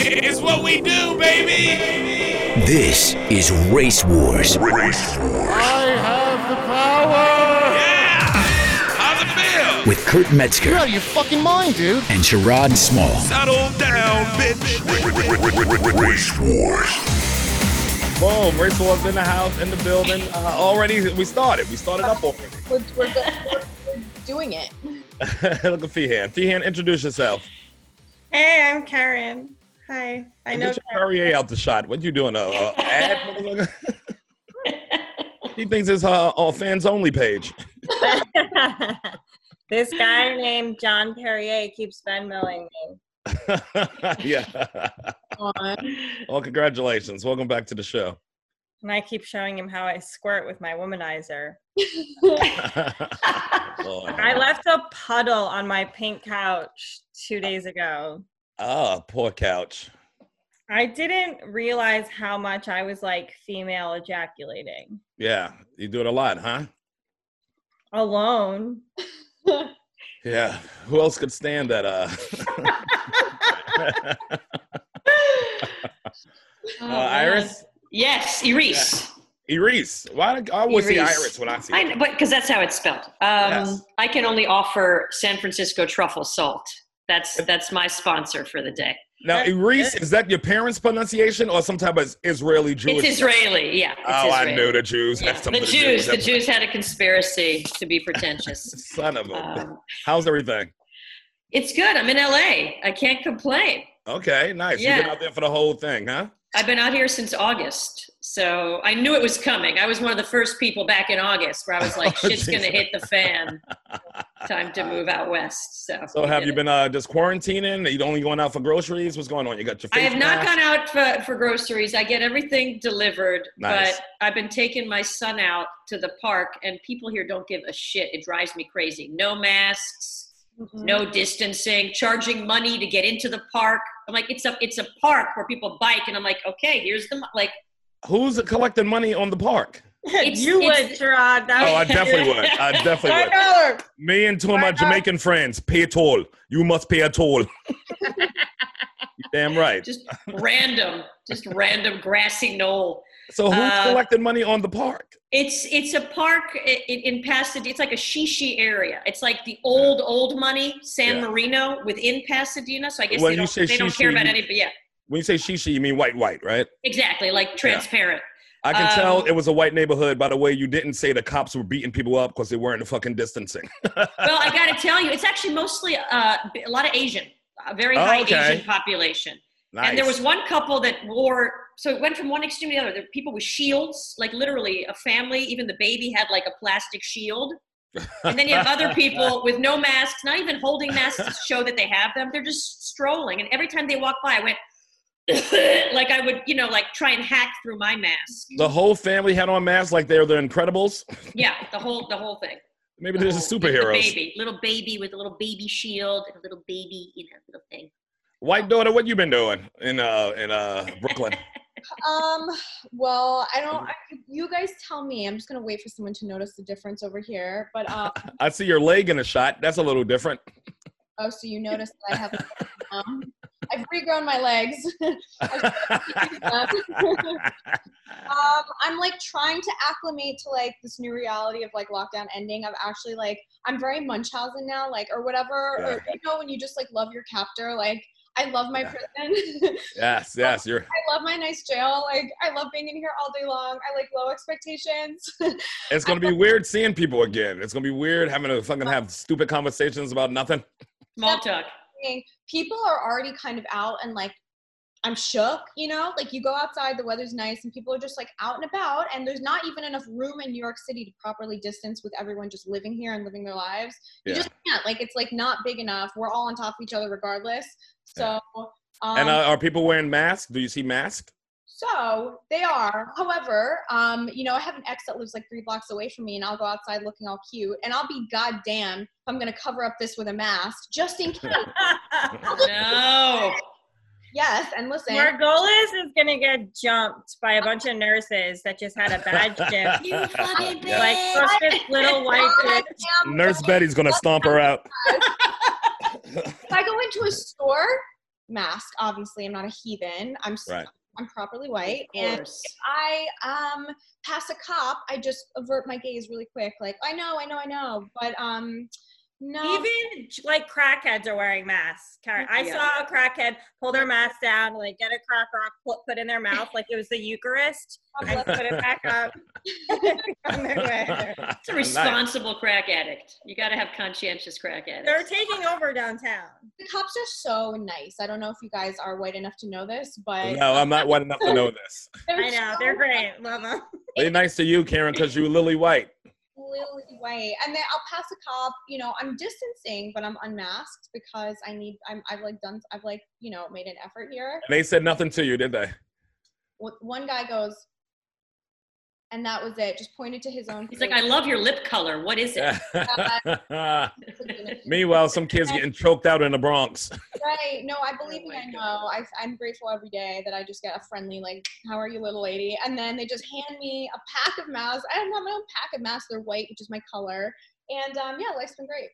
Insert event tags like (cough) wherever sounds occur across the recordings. It's what we do, baby. This is Race Wars. I have the power! Yeah. How's it feel? with Kurt You're Metzger out of your fucking mind, dude! and Sherrod Small. Settle down, bitch. Race Wars. Boom, Race Wars in the house, in the building. Uh, already, we started. We started up already. (laughs) We're, we're, go- we're, we're doing it. Look at Feehan. Feehan, introduce yourself. Hey, I'm Karen. Hi. I know Get your Perrier out the shot. What you doing? Uh, uh, ad? (laughs) motherfucker? he thinks it's uh, on fans only page. (laughs) Karen. (laughs) this guy named John Perrier keeps Venmoing me. yeah. On. Well, congratulations. Welcome back to the show. (laughs) (laughs) And I keep showing him how I squirt with my womanizer. Lord. I left a puddle on my pink couch two days ago. Ah, poor couch. I didn't realize how much I was like female ejaculating Yeah, you do it a lot, huh? alone. (laughs) Yeah. Who else could stand that? Uh, (laughs) Oh, uh, man. Iris? Yes, Iris. Iris. Why? do- I always see Iris. Iris when I see. I her. know, but because that's how it's spelled. Um, Yes. I can only offer San Francisco truffle salt. That's that's my sponsor for the day. Now, That's Iris, good. is that your parents' pronunciation or some type of Israeli Jewish? it's Israeli, yeah. It's Oh, I Israeli. knew the Jews Yeah, have The something to do with Jews, the that. Jews had a conspiracy to be (laughs) pretentious. Son of a. um, How's everything? it's good. I'm in LA. I can't complain. Okay, nice. You've been yeah. out there for the whole thing, huh? I've been out here since August, so I knew it was coming. I was one of the first people back in August where I was like, (laughs) Oh, "Shit's geez. gonna hit the (laughs) fan. Time to move out west." So, So, we have did you it. been uh, just quarantining? Are you only going out for groceries? What's going on? You got your I face have not mask? gone out for, for groceries. I get everything delivered, Nice. but I've been taking my son out to the park, and people here don't give a shit. It drives me crazy. No masks, no distancing, charging money to get into the park. I'm like, it's a it's a park where people bike, and I'm like, okay, here's the mo-" like. Who's collecting money on the park? It's- you it's- would, Gerard. That (laughs) Oh, I was definitely would. I definitely would. $1. Me and two of my Why uh, not? Jamaican friends pay it all. You must pay it (laughs) all. You're Damn right. just random, just random grassy knoll. So who's Uh, collecting money on the park? It's it's a park i- in, in Pasadena. It's like a shishi area. It's like the old old money San Yeah. Marino within Pasadena. So I guess When they you don't say they don't shishi, care about you- any. But yeah, When you say shishi, you mean white, white, right? exactly. Like transparent. I can tell Um, it was a white neighborhood by the way you didn't say the cops were beating people up because they weren't fucking distancing. well, I got to tell you, it's actually mostly uh, a lot of Asian, a very Oh, high okay. Asian population. Nice. And there was one couple that wore, so it went from one extreme to the other. There were people with shields, like literally a family, even the baby had like a plastic shield. And then you have other (laughs) people with no masks, not even holding masks to show that they have them. They're just strolling. And every time they walk by, I went, (coughs) like I would, you know, like try and hack through my mask. the whole family had on masks like they were the Incredibles. Yeah, the whole the whole thing. Maybe they're (laughs) just The whole- the superheroes. baby, little baby with a little baby shield and a little baby, you know, little thing. White daughter, what you been doing in uh in uh (laughs) Brooklyn? Um, well, I don't, I, you guys tell me. I'm just going to wait for someone to notice the difference over here. But, um, I see your leg in a shot. That's a little (laughs) different. (laughs) oh, so you noticed that I have, um, I've regrown my legs. (laughs) um, I'm like trying to acclimate to like this new reality of like lockdown ending. I've actually like I'm very Munchausen now, like or whatever, or you know when you just like love your captor. Like I love my Yeah. prison. (laughs) yes, yes, you're I love my nice jail. Like I love being in here all day long. I like low expectations. (laughs) It's gonna be weird seeing people again. It's gonna be weird having to fucking have stupid conversations about nothing. Small talk. mean, people are already kind of out and like I'm shook, you know? Like you go outside, the weather's nice and people are just like out and about and there's not even enough room in New York City to properly distance with everyone just living here and living their lives. You Yeah. just can't. Like it's like not big enough. We're all on top of each other regardless. So um, and uh, are people wearing masks? Do you see masks? so they are. However, um, you know, I have an ex that lives like three blocks away from me, and I'll go outside looking all cute, and I'll be goddamn if I'm gonna cover up this with a mask just in case. Oh, (laughs) No. yes, and listen, (laughs) Margolis is gonna get jumped by a bunch of nurses that just had a (laughs) bad (laughs) shift. You fucking bitch. like fuck this (laughs) little white bitch. goddamn Nurse Betty's gonna stomp her out. If I go into a store mask. Obviously, I'm not a heathen. I'm s- Right. I'm properly white, Of and course. I um pass a cop, I just avert my gaze really quick. Like I know, I know, I know, but um, no. Even like crackheads are wearing masks. Karen. I Yeah. saw a crackhead pull their mask down, like get a crack rock, put, put in their mouth like it was (laughs) the Eucharist, and put it back up. (laughs) on (laughs) their way. Oh, It's a responsible crack addict. You got to have conscientious crack addicts. They're taking over downtown. the cops are so nice. I don't know if you guys are white enough to know this, but No, I'm not white enough to know this. they're I know so they're great, (laughs) Mama. They're nice to you, Karen, because you're Lily White. Lily White, and then I'll pass a cop. You know, I'm distancing, but I'm unmasked because I need. I'm. I've like done. I've like you know made an effort here. And they said nothing to you, did they? (laughs) Wh- One guy goes, and that was it. Just pointed to his own. He's like, (laughs) I love your lip color. What is it? Meanwhile, some kids getting choked out in the Bronx. Right. No, I believe Oh me. my I know. I, I'm grateful every day that I just get a friendly, like, how are you, little lady? And then they just hand me a pack of masks. I don't have my own pack of masks. They're white, which is my color. And um, yeah, life's been great.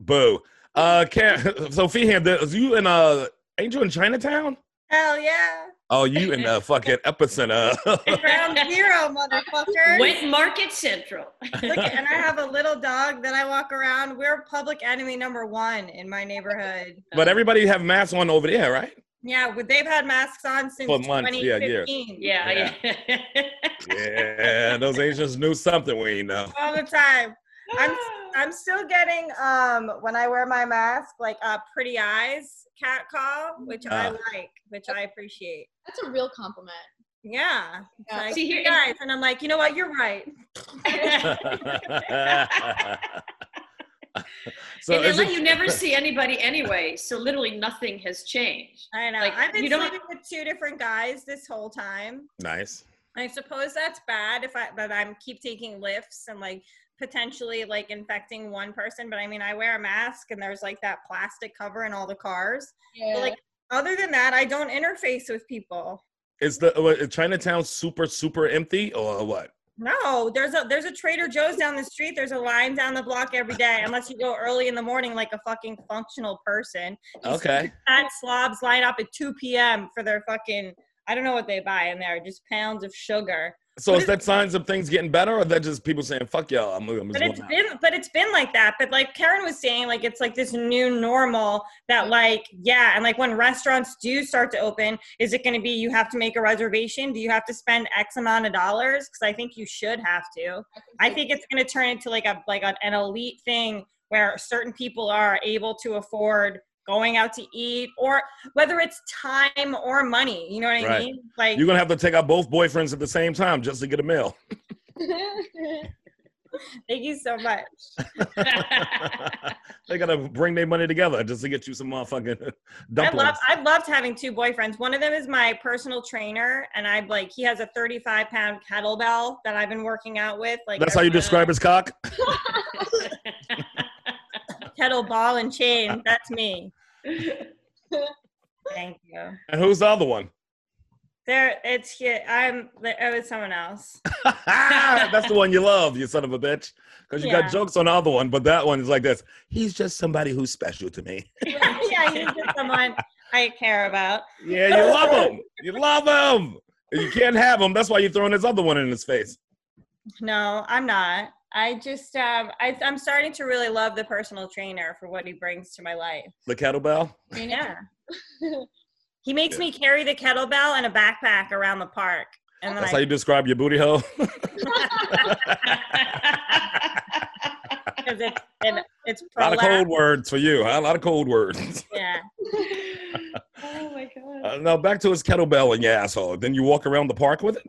Boo. Uh, Karen, (laughs) Sophia, was you in uh, ain't you in Chinatown? Hell yeah, Oh, you in the fucking epicenter. (laughs) (laughs) ground zero, motherfucker. Wet Market Central. (laughs) Look, and (laughs) I have a little dog that I walk around. We're public enemy number one in my neighborhood. but everybody have masks on over there, right? Yeah, well, they've had masks on since For months, yeah, years. 2015. Yeah, yeah. (laughs) Yeah, those Asians knew something we ain't (laughs) know. all the time. (gasps) I'm I'm still getting um when I wear my mask like uh pretty eyes cat call, which I Ah. like, which I appreciate. That's a real compliment. Yeah, It's Yeah. like, See, here- "You (laughs) guys, and I'm like, you know what? You're right. (laughs) so and they is let it- you never see anybody anyway, so literally nothing has changed. (laughs) I know. Like, I've been you don't- sleeping with two different guys this whole time. nice. I suppose that's bad if I, but I'm keep taking lifts and like potentially like infecting one person. But I mean, I wear a mask and there's like that plastic cover in all the cars. Yeah. But like other than that, I don't interface with people. Is the what, is Chinatown super super empty or what? No, there's a there's a Trader Joe's down the street. There's a line down the block every day, unless you go early in the morning like a fucking functional person. Okay. Fat slobs line up at 2 p.m. for their fucking I don't know what they buy in there, just pounds of sugar. So is that signs of things getting better, or that just people saying "fuck y'all"? I'm, I'm But just it's going out? been but it's been like that. But like Karen was saying, like it's like this new normal that like yeah, and like when restaurants do start to open, is it going to be you have to make a reservation? Do you have to spend X amount of dollars? Because I think you should have to. I think it's going to turn into like a like an elite thing where certain people are able to afford going out to eat or whether it's time or money. You know what I Right. mean? Like You're gonna have to take out both boyfriends at the same time just to get a meal. (laughs) thank you so much. they gotta bring their money together just to get you some motherfucking I dumplings. love I loved having two boyfriends. One of them is my personal trainer, and I like he has a 35 pound kettlebell that I've been working out with. Like That's how you every- describe his cock. kettleball and (laughs) chain. That's me. Thank you. And who's the other one? There, it's yeah, I'm. It was someone else. Ah, That's the one you love, you son of a bitch. Because you Yeah. got jokes on the other one, but that one is like this. He's just somebody who's special to me. (laughs) yeah, he's just someone I care about. Yeah, you love him. You love him. And You can't have him. That's why you're throwing this other one in his face. No, I'm not. I just um, I, I'm starting to really love the personal trainer for what he brings to my life. (laughs) The kettlebell. Yeah. he makes me carry the kettlebell and a backpack around the park. And then That's I, how you describe your booty hole. (laughs) because it's, and it's a lot of prolapsed, cold words for you. Huh? A lot of cold words. (laughs) Yeah. (laughs) oh my god. Uh, (laughs) now back to his kettlebell and your asshole. Then you walk around the park with it.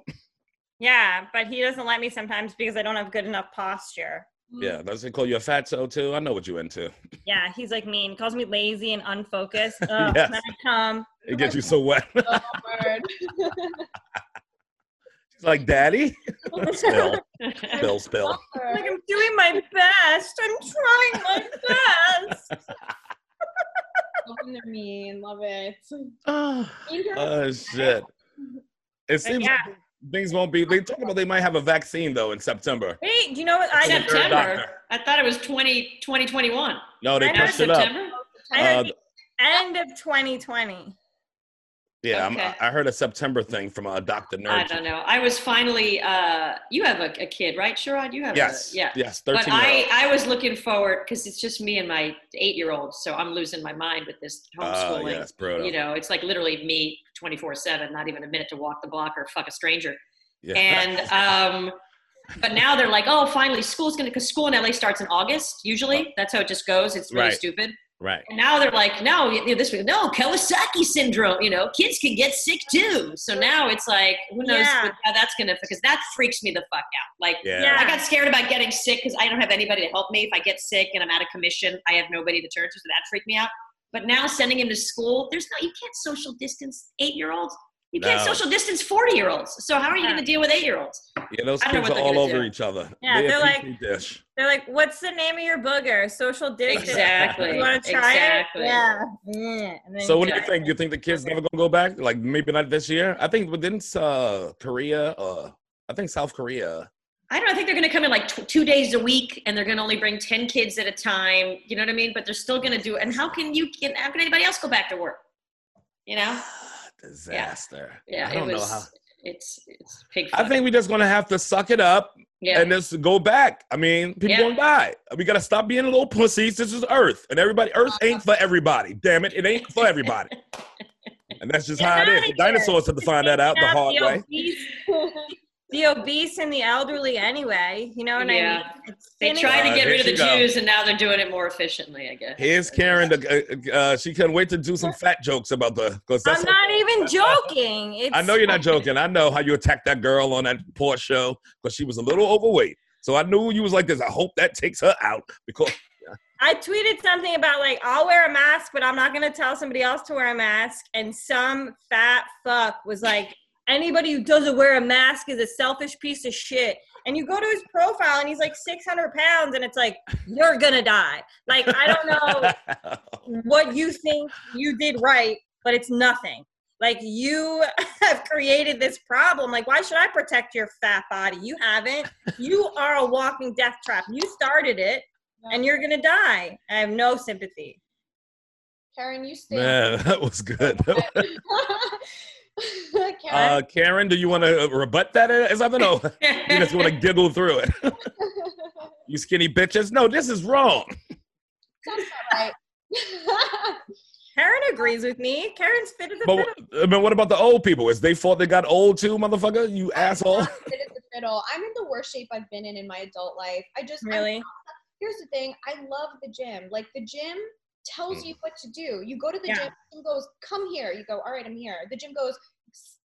Yeah, but he doesn't let me sometimes because I don't have good enough posture. Yeah, that's they call you a fatso too. I know what you into. Yeah, he's like mean, calls me lazy and unfocused. (laughs) Ugh, Yes. when I come. It gets you so wet. (laughs) Oh, word. It's like, daddy, (laughs) spill, spill, spill. Like I'm doing my best. I'm trying my (laughs) best. Open their mean. Love it. Oh, Mean girls. Uh, oh, shit. It seems yeah. like things won't be. They talk about they might have a vaccine though in September. Wait, you know what? I, Except- I, September. I thought it was 20, 2021. No, they I know pushed it up. September? heard Uh, the end of 2020. Yeah, I'm- Okay. I I heard a September thing from uh, Dr. Nerd. I don't know. I was finally. Uh, you have a, a kid, right, Sherrod? You have. Yes. A, yeah. Yes. But Thirteen. year I, old. I was looking forward because it's just me and my eight-year-old, so I'm losing my mind with this Oh, yeah, homeschooling. that's brutal. you know, it's like literally me 24/7, not even a minute to walk the block or fuck a stranger. yeah. And um, but now they're like, oh, finally school's gonna because school in LA starts in August usually. That's how it just goes. It's really Right. stupid. (laughs) right. And now they're like, no, you know, this week, no, Kawasaki syndrome. You know, kids can get sick too. So now it's like, who knows Yeah. what- how that's gonna because that freaks me the fuck out. Like. Yeah. Yeah. I got scared about getting sick because I don't have anybody to help me. If I get sick and I'm out of commission, I have nobody to turn to, so that freaked me out. But now sending him to school, there's no, you can't social distance eight year olds. You can't No. social distance 40 year olds. So how are you Yeah. going to deal with eight year olds? Yeah, those I don't know kids what are they're all gonna over do. each other. Yeah, they're like- appreciate this. They're like, "What's the name of your booger?" Social distance. Exactly. You want to try exactly. it? Yeah. Yeah. And then So what do try you it. think? You think the kids never gonna go back? Like maybe not this year. I think, but didn't uh, Korea? Uh, I think South Korea. I don't know. I think they're going to come in like tw- two days a week and they're going to only bring 10 kids at a time. You know what I mean? But they're still going to do it. And how can you, can, how can anybody else go back to work? You know? Disaster. Yeah. I don't it was, know how. It's, it's pig I fun. think we're just gonna have to suck it up yeah. and just go back. I mean, people Yeah. gonna die. We gotta stop being little pussies. This is Earth, and everybody. Earth ain't for everybody. Damn it, it ain't for everybody. and that's just Get how it outta is. The here. dinosaurs had to find that out the Stop hard way. obese- the obese and the elderly, anyway. You know what Yeah. I mean? It's They tried to Uh, get here rid of she the go. Jews, and now they're doing it more efficiently, I guess. Here's Karen. (laughs) The, uh, uh, she couldn't wait to do some fat jokes about the. Cause that's I'm not even joking. It's, I know you're not joking. I know how you attacked that girl on that poor show because she was a little overweight. So I knew you was like this. I hope that takes her out because I tweeted something about like I'll wear a mask, but I'm not gonna tell somebody else to wear a mask. And some fat fuck was like, anybody who doesn't wear a mask is a selfish piece of shit. And you go to his profile, and he's like 600 pounds, and it's like you're gonna die. Like I don't know what you think you did right, but it's nothing. Like you (laughs) have created this problem. Like why should I protect your fat body? You haven't. You are a walking death trap. You started it and you're gonna die. I have no sympathy. Karen, you (laughs) stay. man, that was good. (laughs) Karen, Uh, Karen, do you want to rebut that uh, as I don't know? You just want to giggle through (laughs) it. You skinny bitches. No, this is wrong. that's all right. Uh, Karen agrees with me. Karen's fit as a But fiddle. I mean, what about the old people? Is they fault they got old too, motherfucker? You asshole. Fit as a fiddle. I'm in the worst shape I've been in in my adult life. I just I'm Really? here's the thing i love the gym like the gym Mm. tells you what to do you go to the Yeah. gym the gym goes come here you go all right i'm here the gym goes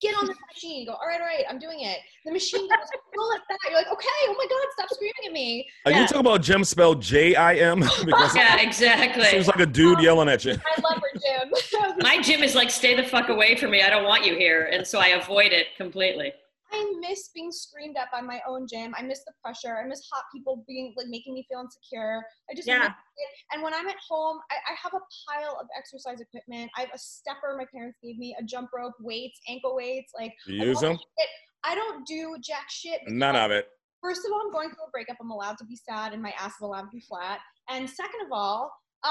get on the (laughs) machine you go all right all right i'm doing it the machine goes go like that you're like okay oh my god stop screaming at me Are you Yeah. talking about Jim spelled J I (laughs) M? Because yeah, it seems exactly. like a dude yelling at you. i love her gym (laughs) My gym is like, stay the fuck away from me. I don't want you here. And so I avoid it completely. i miss being screamed at by my own gym i miss the pressure i miss hot people being like making me feel insecure i just Yeah. miss it. and when i'm at home I, I have a pile of exercise equipment i have a stepper my parents gave me a jump rope weights ankle weights like You use them? Mm. I don't do jack shit. None of it. First of all, I'm going through a breakup. I'm allowed to be sad, and my ass is allowed to be flat. And second of all,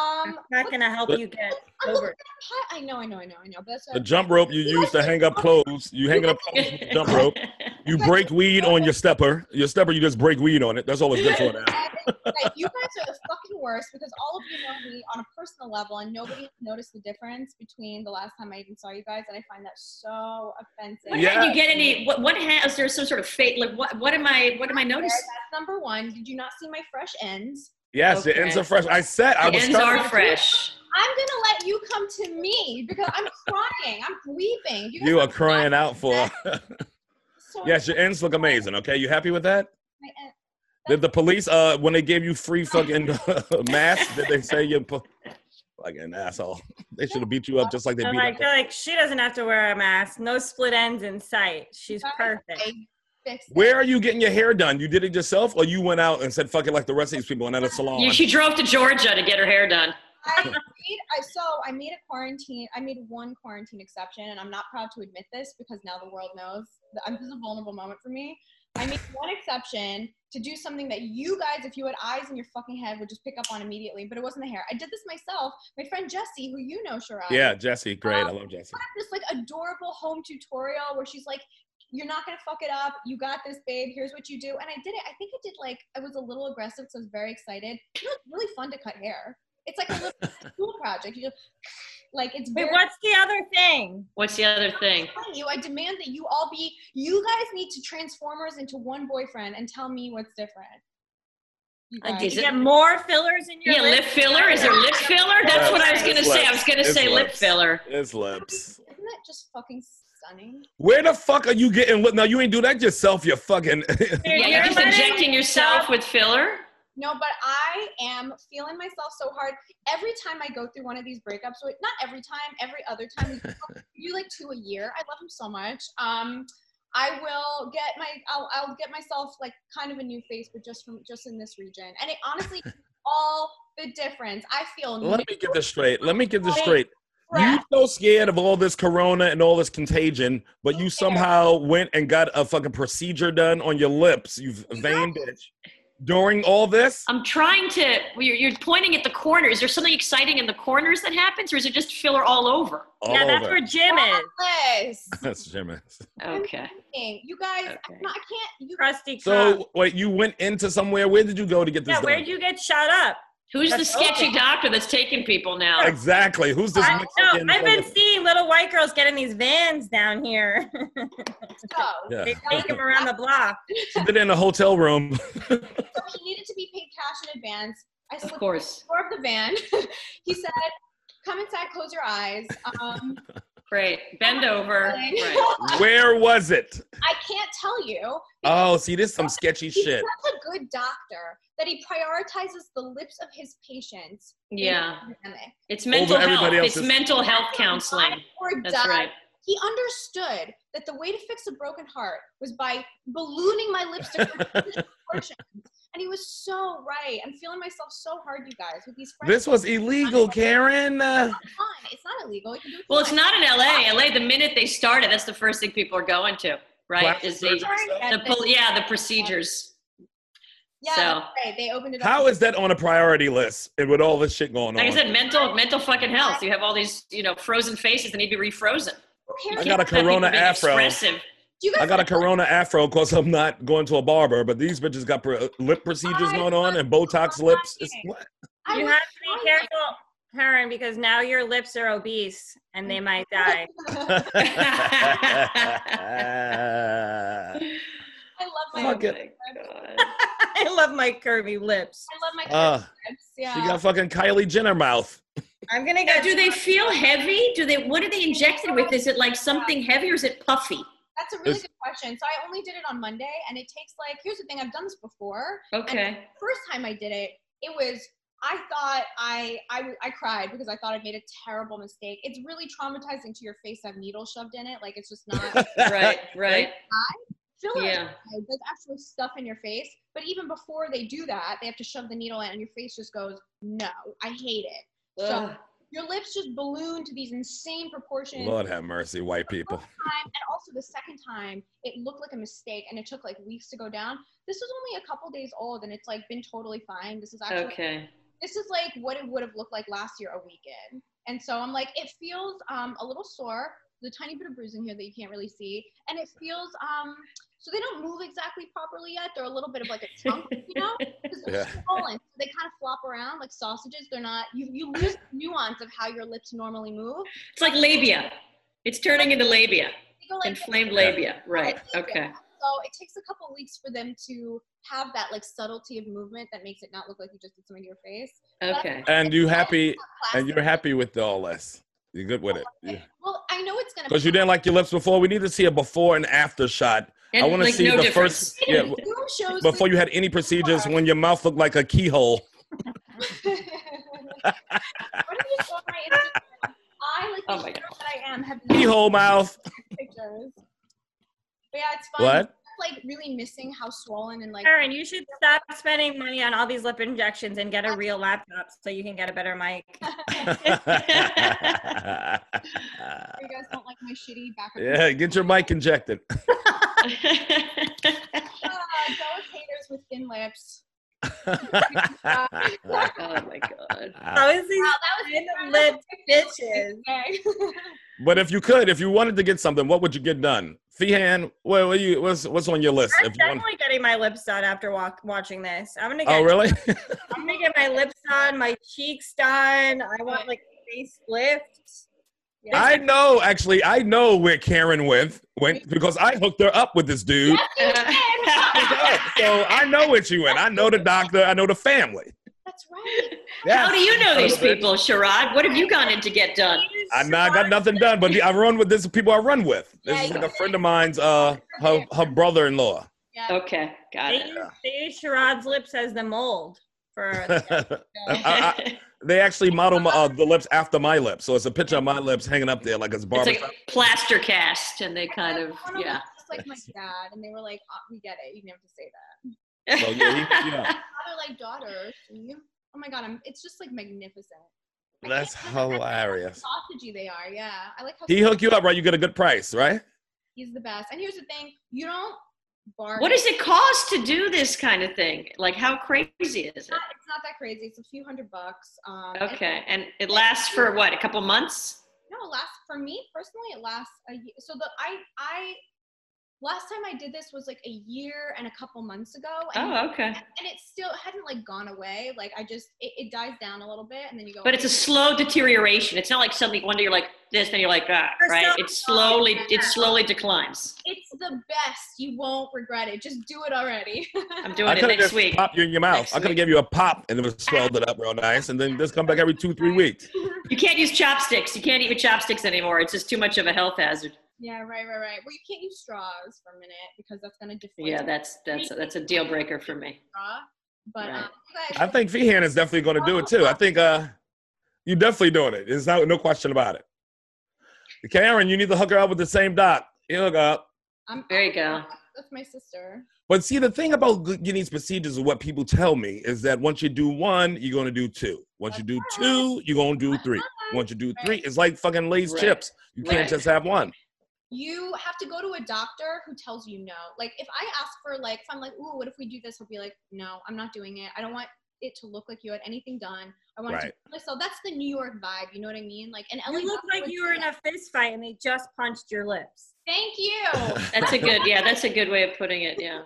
um, It's not gonna help you get I'm looking over it. at a pi- I know, I know, I know, I know. But that's The jump rope you use to hang up clothes. You hanging up clothes with the jump rope. (laughs) You break weed on your stepper. Your stepper, you just break weed on it. That's all it's good for now. (laughs) like, you guys are the fucking worst because all of you know me on a personal level, and nobody has noticed the difference between the last time I even saw you guys, and I find that so offensive. What Yeah. had you get any? What what ha, is there some sort of fate? Like what? What am I? What am I noticing? That's number one. Did you not see my fresh ends? Yes, the Okay. ends are fresh. I said I The was ends are starting- fresh. I'm gonna let you come to me because (laughs) I'm crying, I'm weeping. guys You are crying out (laughs) for. (laughs) so yes, your ends look amazing. Okay, you happy with that? My en- Did the police, uh, when they gave you free fucking (laughs) masks, did they say you're po- like an asshole? They should have beat you up just like they I'm beat like, up. they're like, she doesn't have to wear a mask. No split ends in sight. She's Guys, perfect. I fixed it. Where are you getting your hair done? You did it yourself, or you went out and said fuck it like the rest of these people and at a salon? You, she drove to Georgia to get her hair done. I made, I so I made a quarantine. I made one quarantine exception, and I'm not proud to admit this because now the world knows. that I'm, this is a vulnerable moment for me. I make one exception to do something that you guys, if you had eyes in your fucking head, would just pick up on immediately. But it wasn't the hair. I did this myself. My friend Jessie, who you know, Shiraz. Yeah, Jesse, great. I Um, love Jesse. put up this like adorable home tutorial where she's like, "You're not gonna fuck it up. You got this, babe. Here's what you do." And I did it. I think I did like I was a little aggressive, so I was very excited. You know, it's really fun to cut hair. It's like a little school project. You just like it's Wait, very. what's the other thing? What's the other thing? I'm telling You, I demand that you all be. You guys need to transformers into one boyfriend and tell me what's different. You I guys. did Is Is it- get more fillers in your Yeah, lip filler. Is there lip filler? That's what I was gonna say. I was gonna say lip filler. His lips. Isn't that just fucking stunning? Where the fuck are you getting lip? Now you ain't do that yourself. You fucking. (laughs) Yeah, you're just injecting yourself with filler. No, but I am feeling myself so hard. Every time I go through one of these breakups, wait, not every time, every other time. we (laughs) go- We do like two a year. I love him so much. Um, I will get my, I'll, I'll get myself like kind of a new face, but just from just in this region. And it (laughs) honestly, all the difference. I feel Let me get this straight. Let me get this Wait. straight. You crap. so scared of all this corona and all this contagion, but you somehow went and got a fucking procedure done on your lips. You vain bitch. During all this, I'm trying to. well, You're, you're pointing at the corner. Is there something exciting in the corners that happens, or is it just filler all over? all Yeah, that's over. where Jim is. Yes. (laughs) that's (laughs) Jimmy. Okay. You guys, Okay. I'm not, I can't. You Crusty Crumb. So wait, you went into somewhere. Where did you go to get this yeah, where'd done? you get shot up? Who's the That's sketchy okay. doctor that's taking people now? Exactly. Who's this? I, no, Mexican I've been (laughs) fellow? seeing little white girls get in these vans down here. (laughs) go. Yeah. they take them around the block. She did it in a hotel (laughs) room. So he needed to be paid cash in advance. I Of slipped course, door of the van. (laughs) he said, "Come inside, close your eyes." Um, great. Bend over. Right. I Where was it? can't tell you. Oh, see, this is some sketchy He's shit. such a good doctor that he prioritizes the lips of his patients. in (laughs) Yeah, the pandemic. it's mental health. everybody It's else's- mental health counseling. Or That's die. right. He understood that the way to fix a broken heart was by ballooning my lips (laughs) to proportions. And he was so right. I'm feeling myself so hard, you guys, with these friends. This was illegal, Karen. Uh, Fine. It's not illegal. You can do it Well, it's fine. not in LA. LA, the minute they started, that's the first thing people are going to, right? plastic Is the, surgery stuff? the pol- yeah, the procedures. Yeah, so- that's right. They opened it up. How is that on a priority list? And with all this shit going Like I on, said, mental mental fucking health. You have all these, you know, frozen faces that need to be refrozen. Who I got cares a about- Let people corona be afro. Expressive. Do you guys I got a Corona afro because I'm not going to a barber. But these bitches got pro- lip procedures going on and Botox lips. It's, what? (laughs) I You was have to be careful, Karen, because now your lips are obese and they might (laughs) die. I love my Oh Fuck it. I love my curvy lips. I love my Uh, lips. Yeah. she got fucking Kylie Jenner mouth. I'm gonna (laughs) Now, go. do they feel heavy? Do they? What are they injected with? Is it like something heavy or is it puffy? That's a really Is- good question. So I only did it on Monday and it takes like here's the thing, I've done this before. (laughs) Okay. First time I did it, it was I thought I, I w- I cried because I thought I made a terrible mistake. It's really traumatizing to your face to have needles shoved in it. Like it's just (laughs) not Right. Right. filler. Yeah. There's actual stuff in your face. But even before they do that, they have to shove the needle in and your face just goes, No, I hate it. So Ugh. your lips just balloon to these insane proportions. Lord have mercy, white people. time, and also the second time, it looked like a mistake, and it took like weeks to go down. This was only a couple days old, and it's like been totally fine. This is actually Okay. this is like what it would have looked like last year a weekend. And so I'm like, it feels um, a little sore. There's a tiny bit of bruising here that you can't really see, and it feels um, so they don't move exactly properly yet. They're a little bit of like a chunk, you know, because they're Yeah. swollen. So they kind of flop around like sausages. They're not. You you lose nuance of how your lips normally move. It's like labia. It's turning into labia. They go like this. Inflamed labia. Right. Okay. So it takes a couple weeks for them to have that like subtlety of movement that makes it not look like you just did something to your face. Okay. And you happy? And Plastic. you're happy with all this? You good with it? Well, I know it's gonna. Because you didn't like your lips before. We need to see a before and after shot. I And, want to like, see no the difference. first. Yeah, Zoom shows before you had any procedures when your mouth looked like a keyhole. (laughs) Why don't you go on my Instagram? I like Oh the my hero that I am have no Keyhole (laughs) mouth. (laughs) pictures. But yeah, it's fun. What? It's, like really missing how swollen and like Karen, you should stop spending money on all these lip injections and get a real laptop so you can get a better mic. you guys don't like my shitty back. yeah, get your mic injected. So God, Ah, those haters with thin lips. (laughs) oh (laughs) oh my god. (laughs) Wow, Always these that was thin lipped bitches. Okay. (laughs) (laughs) But if you could, if you wanted to get something, what would you get done? Feehan, what, what you what's what's on your list? I'm if you want, definitely getting my lips done after walk, watching this. I'm gonna get oh really? I'm gonna get my lips done, my cheeks done. I want like face lift. I know actually, I know where Karen went went because I hooked her up with this dude. so I know where she went. I know the doctor. I know the family. That's right. How do you know these Son of a bitch. people, Sharad? What have you gone in to get done? I know I got nothing done, but I run with this is people I run with. This Yeah, is you like a got- friend of mine's uh her her brother in (laughs) law. Okay, got They it. use, they use Sherrod's lips as the mold for. (laughs) I- They actually model my, uh, the lips after my lips, so it's a picture of my lips hanging up there like it's it's barber. like plaster cast, and they kind of One them yeah. was Just like my dad, and they were like, uh "We get it. You didn't have to say that." So, yeah, he- yeah. Father like daughter. see? Oh my god, I'm, it's just like magnificent. I That's can't remember how (laughs) hilarious. Sausagey they are. Yeah, I like how He hook you up, right? You get a good price, right? he's the best. And here's the thing: you don't bargain. (laughs) What does it cost to do this kind of thing? Like, how crazy is It's not, it? it's not that crazy. It's a few hundred bucks. Um, and- Okay, and it lasts for what? A couple months? no, it lasts for me personally. It lasts a year. So the I I last time I did this was like a year and a couple months ago. And Oh, okay. and it still hadn't like gone away. Like I just it, it dies down a little bit, and then you go. But it's a slow deterioration. It's not like suddenly one day you're like this, then you're like that, For right? some- It slowly it slowly declines. It's the best. You won't regret it. Just do it already. (laughs) I'm I doing it could have next just week. popped you in your mouth. Next I could have week. gave you a pop and then swelled it up real nice, and then just come back every two, three weeks. You can't use chopsticks. You can't eat with chopsticks anymore. It's just too much of a health hazard. yeah, right, right, right. Well, you can't use straws for a minute because that's gonna deflate Yeah, that's that's that's a deal breaker for me. the straw. But um, Right. you I guys, think Feehan is definitely going to do it too. I think uh, you're definitely doing it. There's no, no question about it. Karen, you need to hook her up with the same doc. You hook her up. I'm, There you go. That's my sister. But see, the thing about getting these procedures is what people tell me is that once you do one, you're going to do two. Once you do two, you're going to do three. Once you do three, it's like fucking Lay's Right. chips. You can't Right. just have one. You have to go to a doctor who tells you no. Like if I ask for like, if I'm like, ooh, what if we do this? He'll be like, no, I'm not doing it. I don't want it to look like you had anything done. I want it Right. to so that's the New York vibe. You know what I mean? Like an LA You look doctor like would you do were in that. a fist fight and they just punched your lips. Thank you. (laughs) That's a good yeah, that's a good way of putting it, yeah.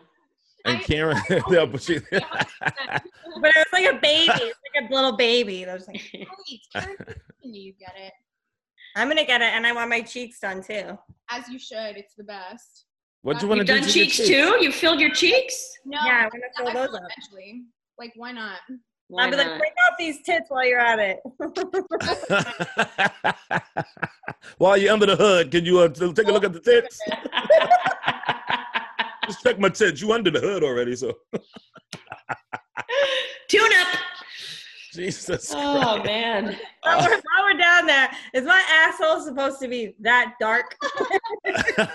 And I- Karen, (laughs) no, but (laughs) she, But it was like a baby, it's like a little baby. And I was like, Wait, Karen, you get it I'm gonna get it, and I want my cheeks done too. as you should. It's the best. what you want to You've do? done to your cheeks too? You filled your cheeks? No, Yeah, I'm gonna I fill those will up. eventually. Like, why not? Why I'll be like, not? bring out these tits while you're at it. (laughs) (laughs) While you're under the hood, can you uh, t- take a look at Oh, the tits? (laughs) Just check my tits. You under the hood already, (laughs) so Tune up. Jesus. Oh man. While we're, while we're down there, is my asshole supposed to be that dark? (laughs)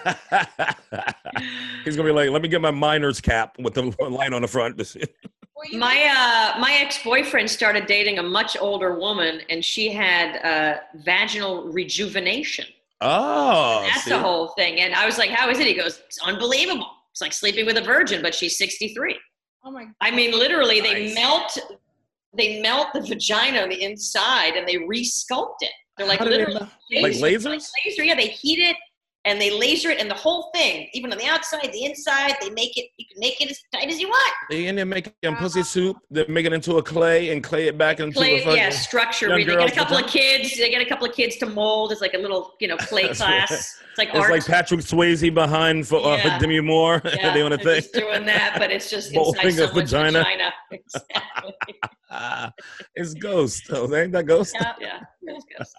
He's gonna be like, "Let me get my miner's cap with the (laughs) line on the front." Well, you My uh, my ex boyfriend started dating a much older woman, and she had uh, vaginal rejuvenation. oh, That's see? the whole thing. And I was like, "How is it?" He goes, "It's unbelievable. It's like sleeping with a virgin, but she's 63." oh my. I mean, literally, they Nice. melt they melt the vagina on the inside, and they resculpt it. They're like How do they literally like lasers. lasers. laser. Yeah, they heat it and they laser it, and the whole thing, even on the outside, the inside, they make it. You can make it as tight as you want. They in there making pussy soup. They make it into a clay and clay it back into play a fucking. yeah structure young they girls get a couple with of kids they get a couple of kids to mold it's like a little you know (laughs) play That's class right. it's like It's (laughs) art like Patrick Swayze behind for uh, Yeah. Demi Moore. (laughs) Yeah, they on a they're thing. just doing that but it's just Molding a inside someone's vagina. vagina, (laughs) Exactly. Ah, (laughs) it's Ghost. Oh, ain't that Ghost? yeah, yeah. That's gross.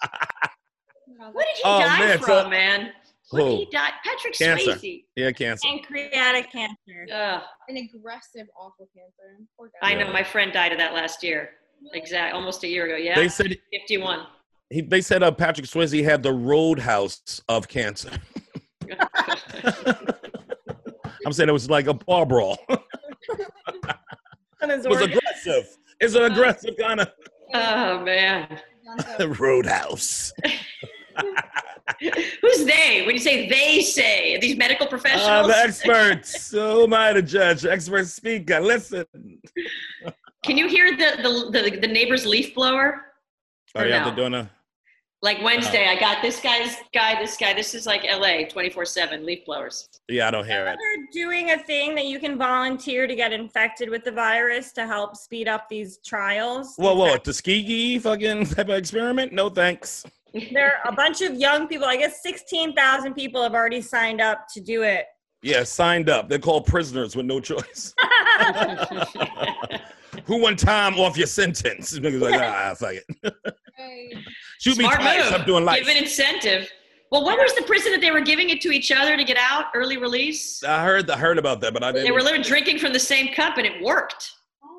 God, what did he Oh, die man, so- from man what did Who? he die patrick Cancer. swayze Yeah, cancer. Pancreatic cancer. Ugh, an aggressive, awful cancer. Poor guy. i Yeah. know my friend died of that last year exact almost a year ago yeah They said 51 he, they said uh, Patrick Swayze had the roadhouse of (laughs) cancer. (laughs) I'm saying it was like a bar brawl. it On his was organ. aggressive. It's an aggressive kind oh man (laughs) John Doe. of roadhouse. Who's they? When you say they say, these medical professionals? Ah, the (laughs) experts. Who am I to judge? Expert speaker. Listen. Can you hear the, the, the, the neighbor's leaf blower? Oh, Or yeah, no? they're doing a. Like Wednesday, I got this guy's guy, this guy. This is like LA 24 7 leaf blowers. Yeah, I don't hear it. They're doing a thing that you can volunteer to get infected with the virus to help speed up these trials. Whoa, whoa, Tuskegee fucking type of experiment? No thanks. There are a bunch of young people. I guess 16,000 people have already signed up to do it. Yeah, signed up. They're called prisoners with no choice. (laughs) Who won time off your sentence? (laughs) Niggas like, ah, fuck it. Right. (laughs) Shoot me Smart twice. move. I'm doing life. Give an incentive. Well, what was the prison that they were giving it to each other to get out? Early release? I heard, I heard about that, but I didn't. Uh, They were literally drinking from the same cup and it worked.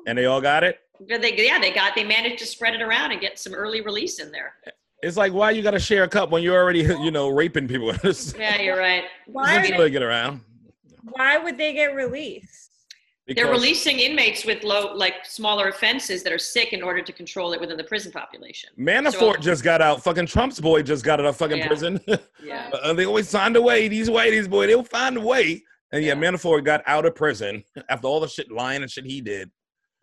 and they all got it. But they, yeah, they got, they managed to spread it around and get some early release in there. It's like, why you gotta share a cup when you're already, (laughs) you know, raping people? (laughs) This Yeah, you're right. Why, is would- really get around. why would they get released? They're Because- releasing inmates with low, like smaller offenses that are sick in order to control it within the prison population. Manafort So- just got out. Fucking Trump's boy just got out of fucking Yeah. prison. (laughs) Yeah. Uh, they always find a way. These whiteys, boy, they'll find a way. And yeah, Yeah. Manafort got out of prison (laughs) after all the shit lying and shit he did.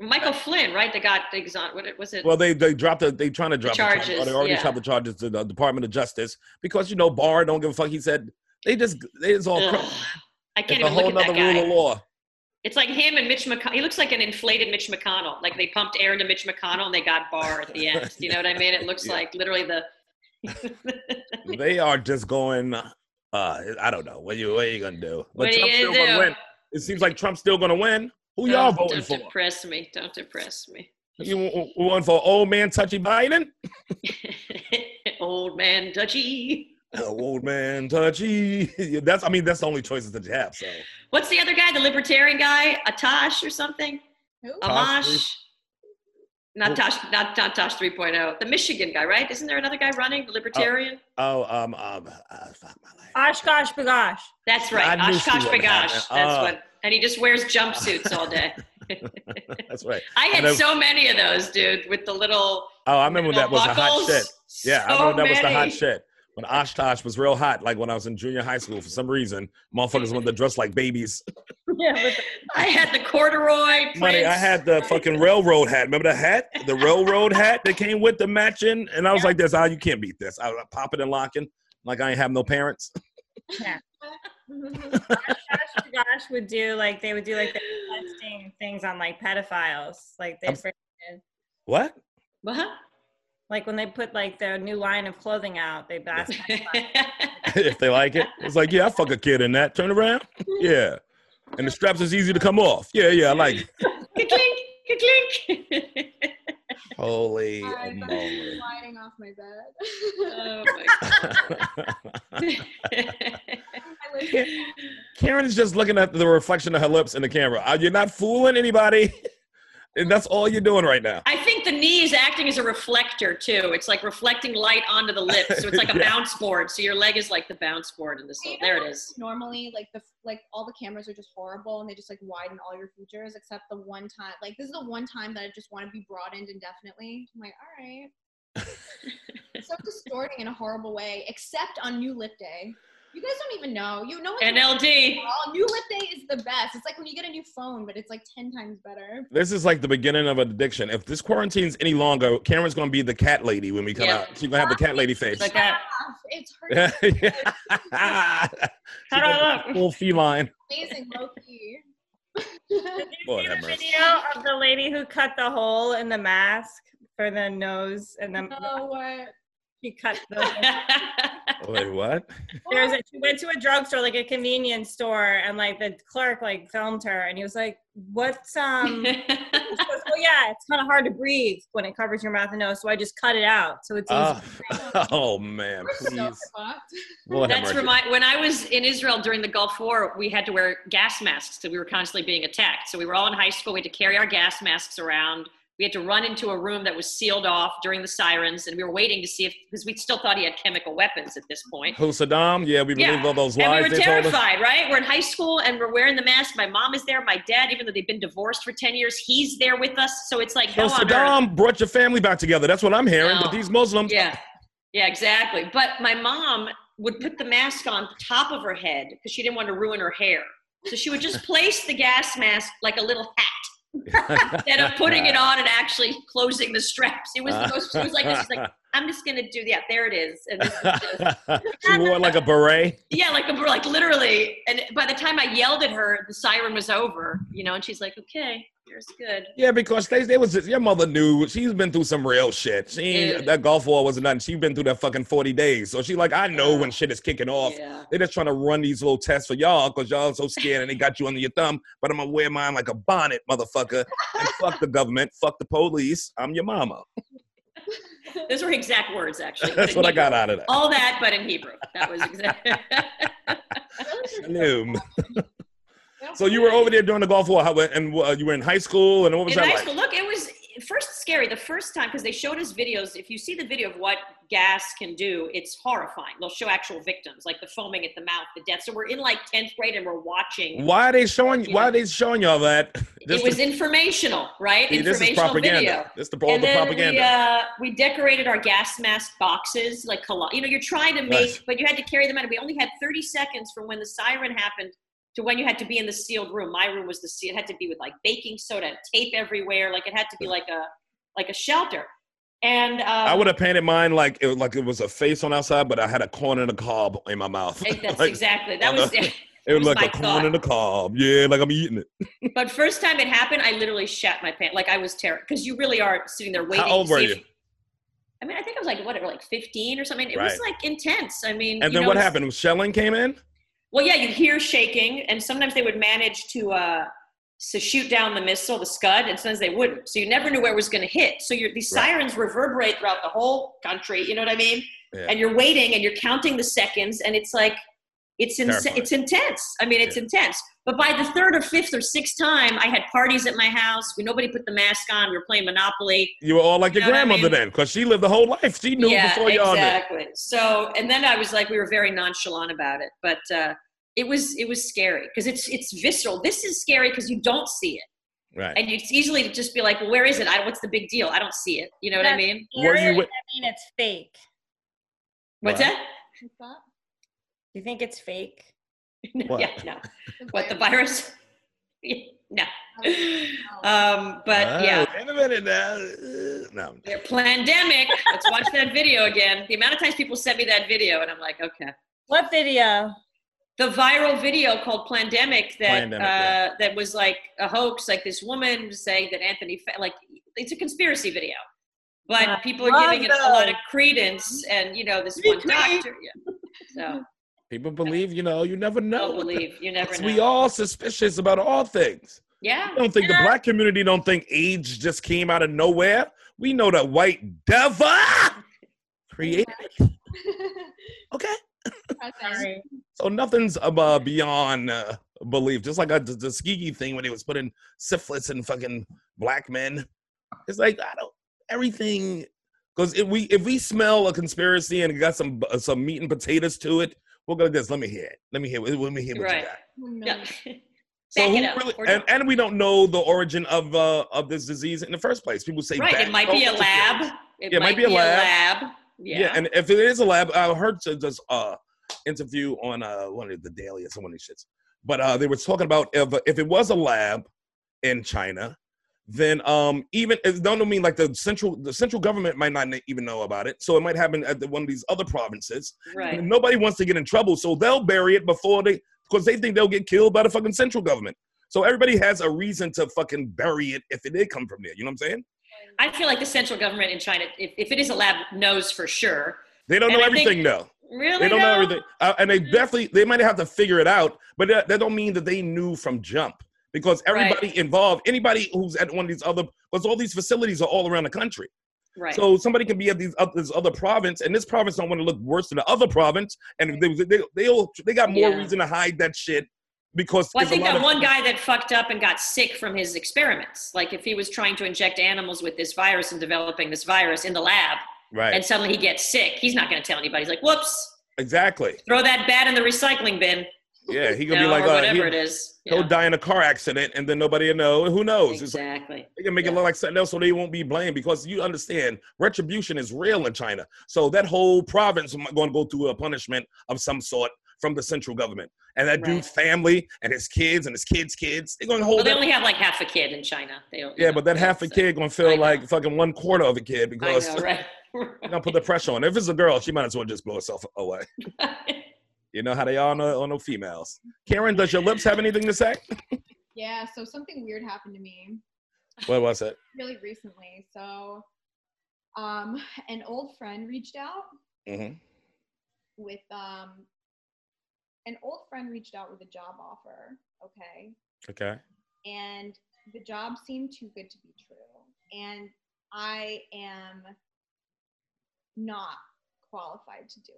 Michael Flynn, right? They got exon. What it- was it? Well, they they dropped the they trying to drop The charges, charges. They already yeah. dropped the charges to the Department of Justice because you know Barr don't give a fuck. He said they just they just all Ugh. crook. I can't oh, It's a even whole look at nother that guy. rule of law. It's like him and Mitch McConnell. He looks like an inflated Mitch McConnell. Like they pumped air into Mitch McConnell and they got Barr at the (laughs) end. You know what I mean? It looks Yeah. like literally (laughs) the. (laughs) They are just going. uh I don't know what you what are you gonna do. But What are you Trump's gonna still gonna do? win. It seems like Trump's still gonna win. Who y'all Don't- voting for? Don't depress me. Don't depress me. (laughs) You w- w- voting for old man touchy Biden? Old man touchy. Oh, (laughs) old man touchy. (laughs) Yeah, that's I mean that's the only choices that you have. So What's the other guy? The libertarian guy? Atash or something? Who? Tosh three- Amash. Not Tosh, not, not Tosh 3.0. The Michigan guy, right? Isn't there another guy running? The libertarian? oh um um uh, fuck my life. Oshkosh bagosh. That's I right. knew she Oshkosh wouldn't have Bagosh. it. That's Ah. what. And he just wears jumpsuits all day. (laughs) (laughs) That's right. I had And I- so many of those, dude, with the little. Oh, I remember when that was the hot buckles. shit. Yeah, I So remember that was the hot many. (laughs) shit. When Oshkosh was real hot, like when I was in junior high school, for some reason, motherfuckers wanted to Mm-hmm. dress like babies. Yeah, with I had the corduroy. (laughs) Prince. Money, I had the fucking railroad hat. Remember the hat? The (laughs) railroad hat that came with the matching? And I was like, this, ah, you can't beat this. I was popping and locking like I ain't have no parents. Oshkosh bagosh would do like they would do like the testing things on like pedophiles. Like they I'm- What? (laughs) What? (laughs) like when they put like their new line of clothing out, they asked if they like it. It's like, yeah, I fuck a kid in that. Turn around. Yeah. And the straps is easy to come off. Yeah, yeah, I like it. Ka-clink, ka-clink. (laughs) (laughs) Holy (laughs) I thought he was moly. sliding off my bed. (laughs) oh my God. (laughs) I live Karen is just looking at the reflection of her lips in the camera. Uh, You're not fooling anybody. (laughs) And that's all you're doing right now. I think the knee is acting as a reflector too. It's like reflecting light onto the lips, so it's like a Yeah. bounce board. So your leg is like the bounce board in this. You know There how it is. (laughs) normally like the like all the cameras are just horrible and they just like widen all your features except the one time like this is the one time that i just want to be broadened indefinitely i'm like all right It's so distorting in a horrible way except on new lip day you guys don't even know you know what NLD. new lip day is the best it's like when you get a new phone but it's like 10 times (laughs) better This is like the beginning of an addiction. If this quarantine's any longer, Karen's gonna be the cat lady when we come Yeah. out. She's gonna have the cat lady face. (laughs) Like (laughs) that. Ugh, it's hurting Yeah, yeah. How do (laughs) I look? (laughs) Full feline. amazing (laughs) low-key Lord Did you see have the mercy. video of the lady who cut the hole in the mask for the nose, and then no what she cut (laughs) the. Wait, what? There's a, she went to a drugstore, like a convenience store, and like the clerk like filmed her, and he was like, "What's (laughs) um?" she goes, well, yeah, it's kind of hard to breathe when it covers your mouth and nose, so I just cut it out, so it's easy. Oh, (laughs) oh man, We're so please. fucked. Lord have That's mercy. remind. When I was in Israel during the Gulf War, we had to wear gas masks, so we were constantly being attacked. So we were all in high school. We had to carry our gas masks around. We had to run into a room that was sealed off during the sirens, and we were waiting to see if because we still thought he had chemical weapons at this point. Who Saddam? Yeah, we Yeah. believed all those And lies we were they told us. terrified, right? We're in high school and we're wearing the mask. My mom is there. My dad, even though they've been divorced for 10 years, he's there with us. So it's like, So hell on earth. Saddam brought your family back together. That's what I'm hearing. No. But these Muslims, Yeah. Yeah, exactly. But my mom would put the mask on the top of her head because she didn't want to ruin her hair. So she (laughs) would just place the gas mask like a little hat (laughs) instead of putting it on and actually closing the straps. (laughs) It was the most, it was like, she's like, I'm just going to do, yeah, there it is. And this is just, she wore like a beret. yeah, like we're like literally. And by the time I yelled at her, the siren was over, you know, and she's like, okay, here's good. Yeah, because they, they was just, your mother knew she's been through some real shit. She ain't- Yeah. that Gulf War wasn't nothing. She's been through that fucking forty days, so she like I know when shit is kicking off. Yeah. They're just trying to run these little tests for y'all because y'all so scared and they got you under your thumb. But I'm gonna wear mine like a bonnet, motherfucker. And fuck the government, fuck the police. I'm your mama. (laughs) (laughs) Those were exact words, actually. but That's in what I Hebrew. got out of that. (laughs) All that, but in Hebrew. That was exact. (laughs) Boom. (laughs) So you were over there during the Gulf War, how, and uh, you were in high school, and what was in that high like? school. Look, it was first scary the first time because they showed us videos. If you see the video of what gas can do, it's horrifying. They'll show actual victims, like the foaming at the mouth, the death. So we're in like tenth grade and we're watching. Why are they showing? Why are they showing y'all that? (laughs) This it was informational, right? see, this is informational propaganda. video. This the all the propaganda. we, uh, we decorated our gas mask boxes like colla- you know you're trying to make Right. but you had to carry them out we only had 30 seconds from when the siren happened to when you had to be in the sealed room my room was the seal it had to be with like baking soda and tape everywhere like it had to be like a like a shelter and um, I (laughs) would have painted mine like it, like it was a face on outside, but I had a corn and a cob in my mouth. (laughs) eh, that's Like, exactly that on was the- it It was was like a my corn thought. and a cob. Yeah, like I'm eating it. (laughs) but first time it happened i literally shat my pants like i was terrified because you really are sitting there waiting How old to were see you? if- i mean i think i was like whatever like 15 or something it was Right. like intense i mean And you then know, what it's- happened? Shelling came in. Well, yeah, you'd hear shaking, and sometimes they would manage to uh, to shoot down the missile, the Scud, and sometimes they wouldn't. So you never knew where it was going to hit. So you're, these Right. sirens reverberate throughout the whole country. You know what I mean? Yeah. And you're waiting, and you're counting the seconds, and it's like it's in, Terrifying. it's intense. I mean, it's intense. But by the third or fifth or sixth time, I had parties at my house. We nobody put the mask on. We were playing Monopoly. You were all like your You know what I grandmother mean? then, because she lived the whole life. She knew before y'all exactly. So, and then I was like, we were very nonchalant about it, but uh, it was it was scary because it's it's visceral. This is scary because you don't see it, knew. Right. and it's easily to just be like, well, where is it? I, what's the big deal? I don't see it. You know what I That's- mean? Were you Scary, with- I mean, it's fake. What's What? that? (laughs) What's that? You think it's fake? What? yeah, no. The What the virus. virus? (laughs) Yeah, no. (laughs) Um, but Oh, yeah. Wait a minute now. Uh, No. They're pandemic. Let's watch that video again. The amount of times people sent me that video, and I'm like, okay. What video? the viral video called "Pandemic" that Plandemic, uh, yeah. that was like a hoax. Like this woman was saying that Anthony, Fa- like it's a conspiracy video, but I people are love giving it a lot of credence. And you know, this one doctor, yeah. People believe, you know, you never so know. (laughs) don't believe you never know. We all suspicious about all things. yeah, (laughs) I don't think the black community don't think AIDS just came out of nowhere. We know that white devil created. (laughs) Okay, Present. so nothing's above beyond uh, belief. Just like a, the Tuskegee thing when they was putting syphilis in fucking black men. It's like I don't everything because if we if we smell a conspiracy and it got some uh, some meat and potatoes to it, we'll go this. Let me hear it. Let me hear. Let me hear what Right. you got. yeah. So Back who it up, really, or and, don't. and we don't know the origin of uh, of this disease in the first place. People say right. It bat- might be a oh, lab. It Yeah, it might be a lab. Yeah. Yeah. and if it is a lab, I heard to this uh, interview on uh, one of the Daily or some of these shits, but uh, they were talking about if if it was a lab in China, then um even it don't mean like the central the central government might not even know about it, so it might happen at the, one of these other provinces. Right. And nobody wants to get in trouble, so they'll bury it before they because they think they'll get killed by the fucking central government. So everybody has a reason to fucking bury it if it did come from there. You know what I'm saying? I feel like the central government in China, if, if it is a lab, knows for sure. They don't And know I think- everything though. Really? They don't know though? Mm-hmm. everything, uh, and they definitely they might have to figure it out. But that, that don't mean that they knew from jump because Right. everybody involved, anybody who's at one of these other, because all these facilities are all around the country. Right. So somebody can be at these oth- this other province, and this province don't want to look worse than the other province, and they they they all, they got more Yeah. reason to hide that shit because Well, I it's a think lot that of- one guy that fucked up and got sick from his experiments. Like, if he was trying to inject animals with this virus and developing this virus in the lab, right and suddenly he gets sick, he's not going to tell anybody. He's like, "Whoops, exactly throw that bat in the recycling bin." Yeah, he could No, be like, or uh, whatever he, it is. will Yeah. die in a car accident, and then nobody will know. Who knows? It's like, "Oh, Exactly. they can make it look like something else, so they won't be blamed. Because you understand, retribution is real in China. So that whole province is going to go through a punishment of some sort from the central government, and that Right. dude's family and his kids and his kids' kids, they're going to hold. Well, they that- only have like half a kid in China. They don't, yeah, but that half a kid gonna feel I know. like fucking one quarter of a kid I because (laughs) know, (laughs) right? they're gonna put the pressure on. If it's a girl, she might as well just blow herself away. You know how they are on the, on the females. Karen, does your lips have anything to say? Yeah, so something weird happened to me What was it? really recently. So, um, an old friend reached out Mhm. with um, an old friend reached out with a job offer. Okay, (laughs) Okay. (laughs) and the job seemed too good to be true, and I am not qualified to do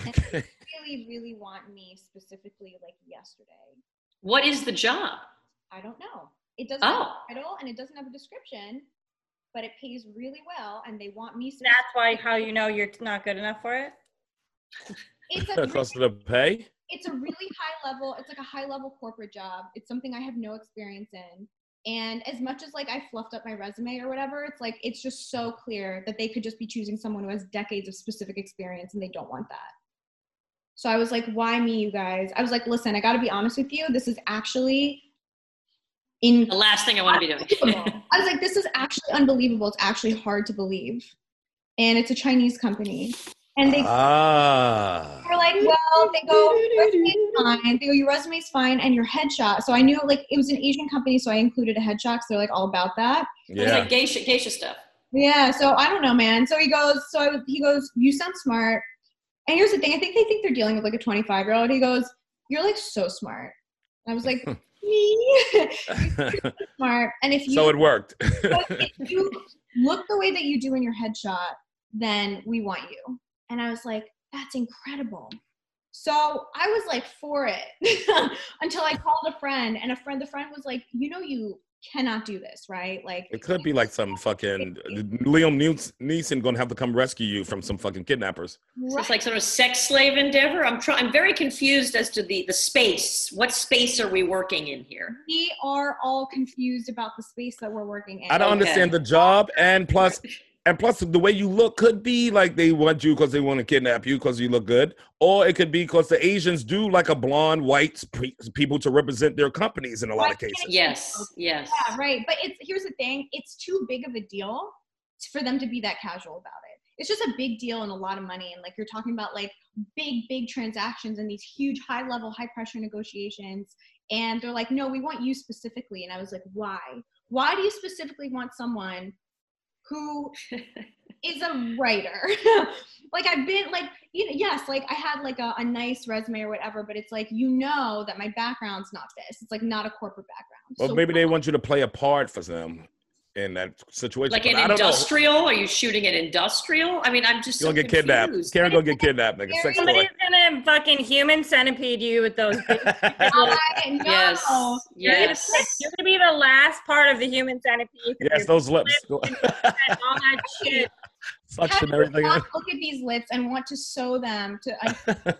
it. Okay. (laughs) Really, really want me specifically, like yesterday. what is the job? I don't know. It doesn't have Oh, a title and it doesn't have a description, but it pays really well, and they want me. That's why how you know you're not good enough for it. It's (laughs) a, Cost of the pay. it's a really high level. It's like a high level corporate job. It's something I have no experience in. And as much as like I fluffed up my resume or whatever, it's like it's just so clear that they could just be choosing someone who has decades of specific experience, and they don't want that. So I was like, "Why me, you guys?" I was like, "Listen, I got to be honest with you. This is actually in the last thing I want to be doing. unbelievable. (laughs) I was like, this is actually unbelievable. It's actually hard to believe. And it's a Chinese company. And they Ah. were like, well, they go, your resume's fine. They go, your resume's fine and your headshot. So I knew, like, it was an Asian company, so I included a headshot because they're like all about that. It's Yeah. like geisha, geisha stuff. Yeah, so I don't know, man. So he goes, so I, was- he goes, you sound smart. And here's the thing: I think they think they're dealing with like a 25 year old. He goes, you're like so smart. And I was like, me, (laughs) smart. And (laughs) if you so it worked. (laughs) but if you look the way that you do in your headshot, then we want you. And I was like, that's incredible. So I was like for it (laughs) until I called a friend, and a friend, the friend was like, you know, you cannot do this, right? Like It could be like some fucking Liam Nees- Neeson gonna have to come rescue you from some fucking kidnappers. So right. it's like sort of sex slave endeavor. I'm trying. I'm very confused as to the the space. What space are we working in here? we are all confused about the space that we're working in. I don't Okay. understand the job, and plus, and plus, the way you look could be like they want you because they want to kidnap you because you look good, or it could be because the Asians do like a blonde white pre- people to represent their companies in a lot of cases. Yes, yes. Yeah, right. But it's here's the thing: it's too big of a deal for them to be that casual about it. It's just a big deal and a lot of money, and like you're talking about like big, big transactions and these huge, high level, high pressure negotiations. And they're like, "No, we want you specifically." And I was like, "Why? Why do you specifically want someone who is a writer?" (laughs) like I've been like, you know, yes, like I had like a, a nice resume or whatever, but it's like you know that my background's not this. It's like not a corporate background. Or So maybe they want you to play a part for them in that situation. Like but an I don't know. industrial? Are you shooting an industrial? I mean, I'm just You're so gonna get kidnapped. confused. Karen gonna get kidnapped, nigga. Sex toy. Somebody's gonna fucking human centipede you with those. big- (laughs) I know. (laughs) Yes, You're gonna, yes. you're gonna be the last part of the human centipede. yes, those lips. And all (laughs) that shit. Suction How do you everything. not look at these lips and want to sew them to (laughs)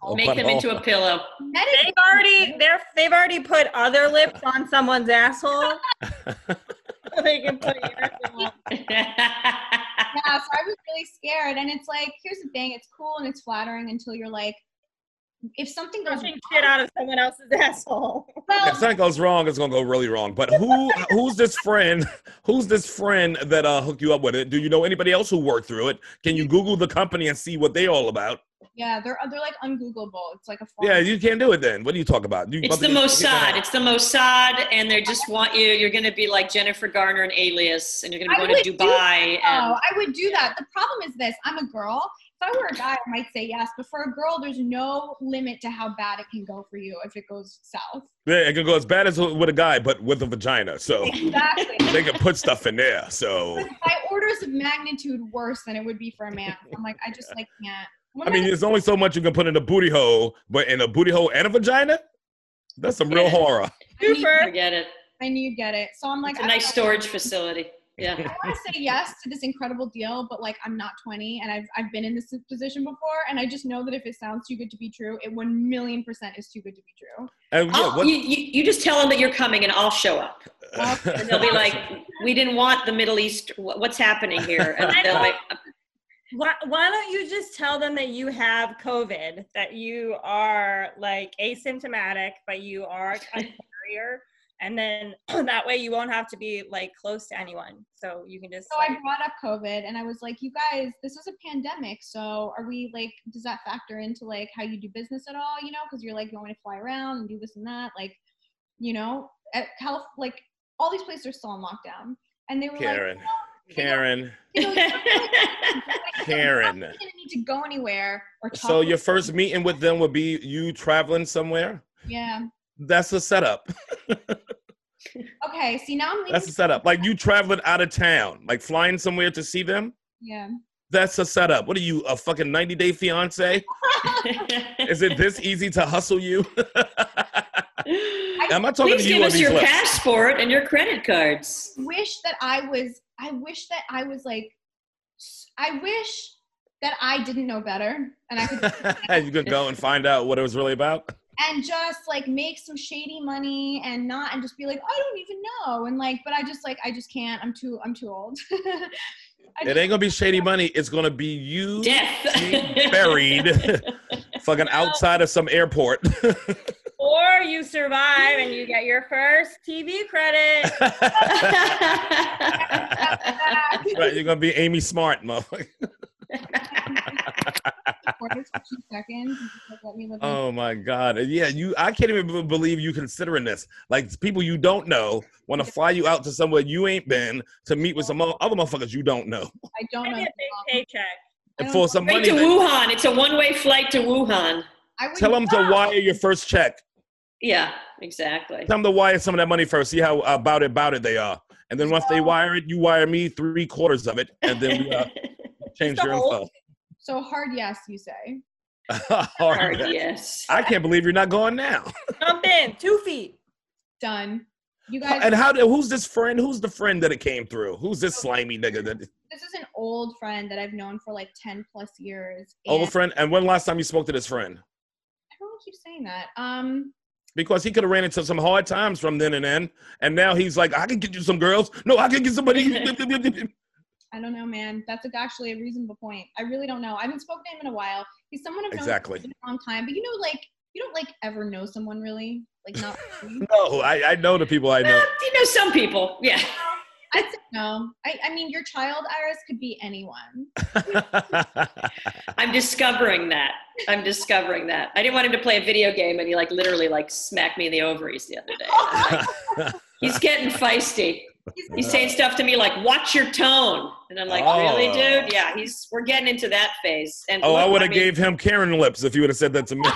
Oh, Make but them all- into (laughs) a pillow. (laughs) That is- They've already they're they've already put other lips on someone's asshole. (laughs) so they can put yours (laughs) on. yeah, so I was really scared. And it's like, here's the thing, it's cool and it's flattering until you're like, if something goes Pushing shit out of someone else's asshole. If well, something goes wrong, it's gonna go really wrong. But who who's this friend? Who's this friend that uh hooked you up with it? Do you know anybody else who worked through it? Can you Google the company and see what they all about? yeah, they're uh, they're like ungoogleable. It's like a form. Yeah, you can't do it then. What do you talk about? You It's about the to get- Mossad. It's the Mossad, and they just want you. You're going to be like Jennifer Garner and Alias, and you're going I to go to would do Dubai. (laughs) Oh, And I would do that. The problem is this: I'm a girl. If I were a guy, I might say yes. But for a girl, there's no limit to how bad it can go for you if it goes south. (laughs) Yeah, it can go as bad as with a guy, but with a vagina. So Exactly. they can put stuff in there. So (laughs) by orders of magnitude worse than it would be for a man. I'm like, I just like can't. When I mean, there's only so much you can put in a booty hole, but in a booty hole and a vagina, that's some real horror. I need, Super. forget it. I need to get it. So I'm like, It's a I nice don't know. storage facility. Yeah. I want to say yes to this incredible deal, but like I'm not 20 and I've, I've been in this position before. And I just know that if it sounds too good to be true, it 1 million percent is too good to be true. And yeah, I'll- what, (laughs) you, you, you just tell them that you're coming and I'll show up. And they'll be (laughs) like, we didn't want the Middle East. Wh- What's happening here? (laughs) And I they'll know. like, Why, why don't you just tell them that you have COVID, that you are like asymptomatic, but you are (laughs) a carrier, and then (clears throat) that way you won't have to be like close to anyone. So you can just. So I like- brought up COVID and I was like, you guys, this is a pandemic. So are we like, does that factor into like how you do business at all? You know, because you're like going to fly around and do this and that. Like, you know, at health, like all these places are still on lockdown. And they were Karen, like, Karen, you know, you (laughs) know, Karen. you didn't need to go anywhere or talk. So your first meeting with them would be you traveling somewhere. yeah. That's the setup. Okay. See, now I'm leaving. That's the setup. Like you traveling out of town, like flying somewhere to see them. yeah. That's a setup. What are you, a fucking 90 day fiance? (laughs) (laughs) Is it this easy to hustle you? (laughs) Am I talking please to you give on us these your lips? passport and your credit cards. wish that I was. I wish that I was like. s- I wish that I didn't know better, and I (laughs) (laughs) could you could go and find out what it was really about. and just like make some shady money and not and just be like I don't even know and like but I just like I just can't. I'm too. I'm too old. (laughs) uh, I It just- ain't gonna be shady money. It's gonna be you (laughs) Death. buried fucking outside of some (laughs) airport. (laughs) or you survive and you get your first TV credit. Right, you're gonna be Amy Smart, motherfucker. for just a few seconds. and just, like, let me live my- Oh my god. Yeah, you I can't even b- believe you considering this. Like people you don't know want to fly you out to somewhere you ain't been to meet with some mo- other motherfuckers you don't know. I don't Give know. me a big paycheck. And for some money Straight to they- Wuhan. It's a one-way flight to Wuhan. I would tell them to wire your first check. Yeah, exactly. Tell them to wire some of that money first. See how about it about it they are. And then once they wire it, you wire me three quarters of it, and then (laughs) (laughs) we uh, change your info. So hard yes, you say. Hard. (laughs) Hard, yes. I can't believe you're not going now. Jump in, two feet. Done. You (laughs) guys. Oh. And how? did- Who's this friend? Who's the friend that it came through? Who's this slimy nigga that this is an old friend that I've known for like 10 plus years. and- old friend? And when last time you spoke to this friend? I don't wanna keep saying that. Um, because he could have ran into some hard times from then and then. And now he's like, I can get you some girls. No, I can get (laughs) somebody. I don't know, man. That's a- actually a reasonable point. I really don't know. I haven't spoken to him in a while. He's someone I've known Exactly. for a long time, but you know, like you don't like ever know someone really, like not. really. no, Oh, I, I know the people I (laughs) know. Well, Uh, you know some people. Yeah. I'd say no. I, I mean, your child, Iris, could be anyone. I'm discovering that. I'm discovering that. I didn't want him to play a video game, and he like literally like smacked me in the ovaries the other day. He's getting feisty. He's He's saying stuff to me like, "Watch your tone," and I'm like, Oh. "Really, dude? Yeah, he's we're getting into that phase." And oh, look, I would have mean, gave him Karen lips if you would have said that to (laughs) me.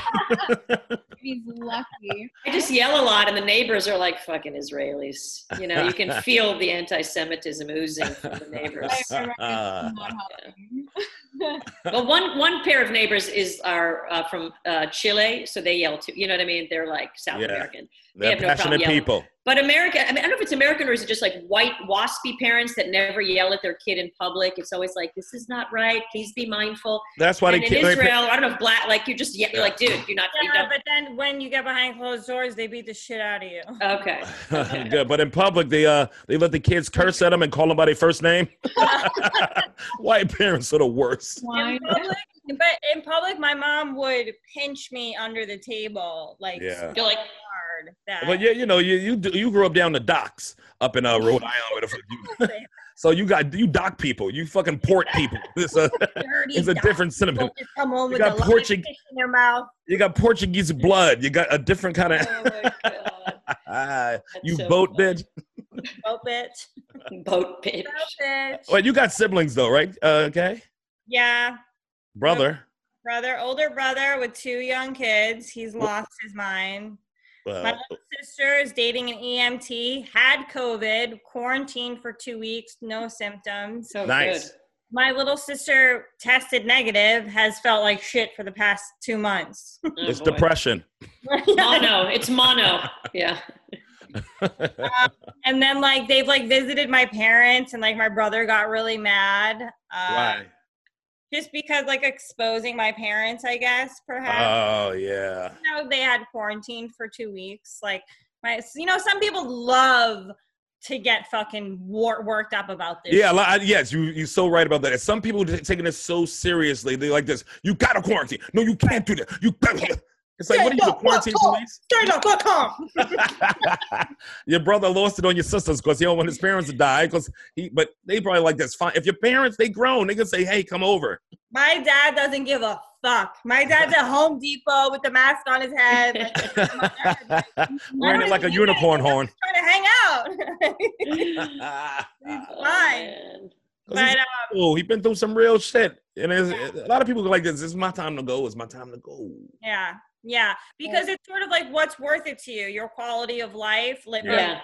he's lucky. I just yell a lot, and the neighbors are like, "Fucking Israelis!" You know, (laughs) you can feel the anti-Semitism oozing from the neighbors. I- I reckon it's not helping. well, one one pair of neighbors is are uh, from uh, Chile, so they yell too. You know what I mean? They're like South Yeah. American. They're have no problem passionate yelling. people. But America, I mean, I don't know if it's American or is it just like white waspy parents that never yell at their kid in public. It's always like, "This is not right. Please be mindful." That's why and they in can't. Israel, I don't know if black, like you just, yeah, you're like, dude, you're not, you Yeah, don't- but then when you get behind closed doors, they beat the shit out of you. okay. (laughs) yeah, but in public, they uh they let the kids curse at them and call them by their first (laughs) name. (laughs) White parents are the worst. Wine. In public, but in public, my mom would pinch me under the table like Yeah. You're like, hard. That (laughs) But yeah, you know, you you do, you grew up down the docks up in uh, Rhode Island. Where the fuck you, so you got you dock people, you fucking port people. (laughs) It's a, (laughs) dirty it's a dog different cinnamon. people just come home You with got a live Portug- fish in their mouth. You got Portuguese blood. You got a different kind of oh my God. (laughs) ah, That's you so boat funny. bitch. Oh, bitch. Boat bitch. Oh, bitch. Well, you got siblings though, right? Uh, okay, Yeah. brother. Brother, older brother with two young kids. He's lost his mind. My Well, little sister is dating an EMT, had COVID, quarantined for two weeks, no symptoms. So Nice. good. My little sister tested negative, has felt like shit for the past two months. (laughs) Oh, (laughs) it's (laughs) boy. depression. Mono. It's mono. Yeah. and then like they've like visited my parents and like my brother got really mad uh, Why? just because like exposing my parents i guess perhaps Oh yeah. you know, they had quarantine for two weeks like my you know some people love to get fucking wor- worked up about this Yeah, a lot, yes, you you're so right about that. And some people t- taking this so seriously. They like this. You gotta quarantine. No, you can't do that. You gotta. (laughs) It's like, what are you, the quarantine police? Straight up, fuck off. (laughs) your brother lost it on your sisters because he don't want his parents to die. Because he, but they probably like that's fine. If your parents they grown, they can say, "Hey, come over." (laughs) my dad doesn't give a fuck my dad's at home depot with the mask on his head (laughs) like, Wearing it like a unicorn horn. (laughs) trying to hang out (laughs) Oh, Fine. but uh, Oh, he been through some real shit, and it's, a lot of people go like this. It's my time to go. It's my time to go. yeah yeah because it's sort of like what's worth it to you your quality of life like, Yeah.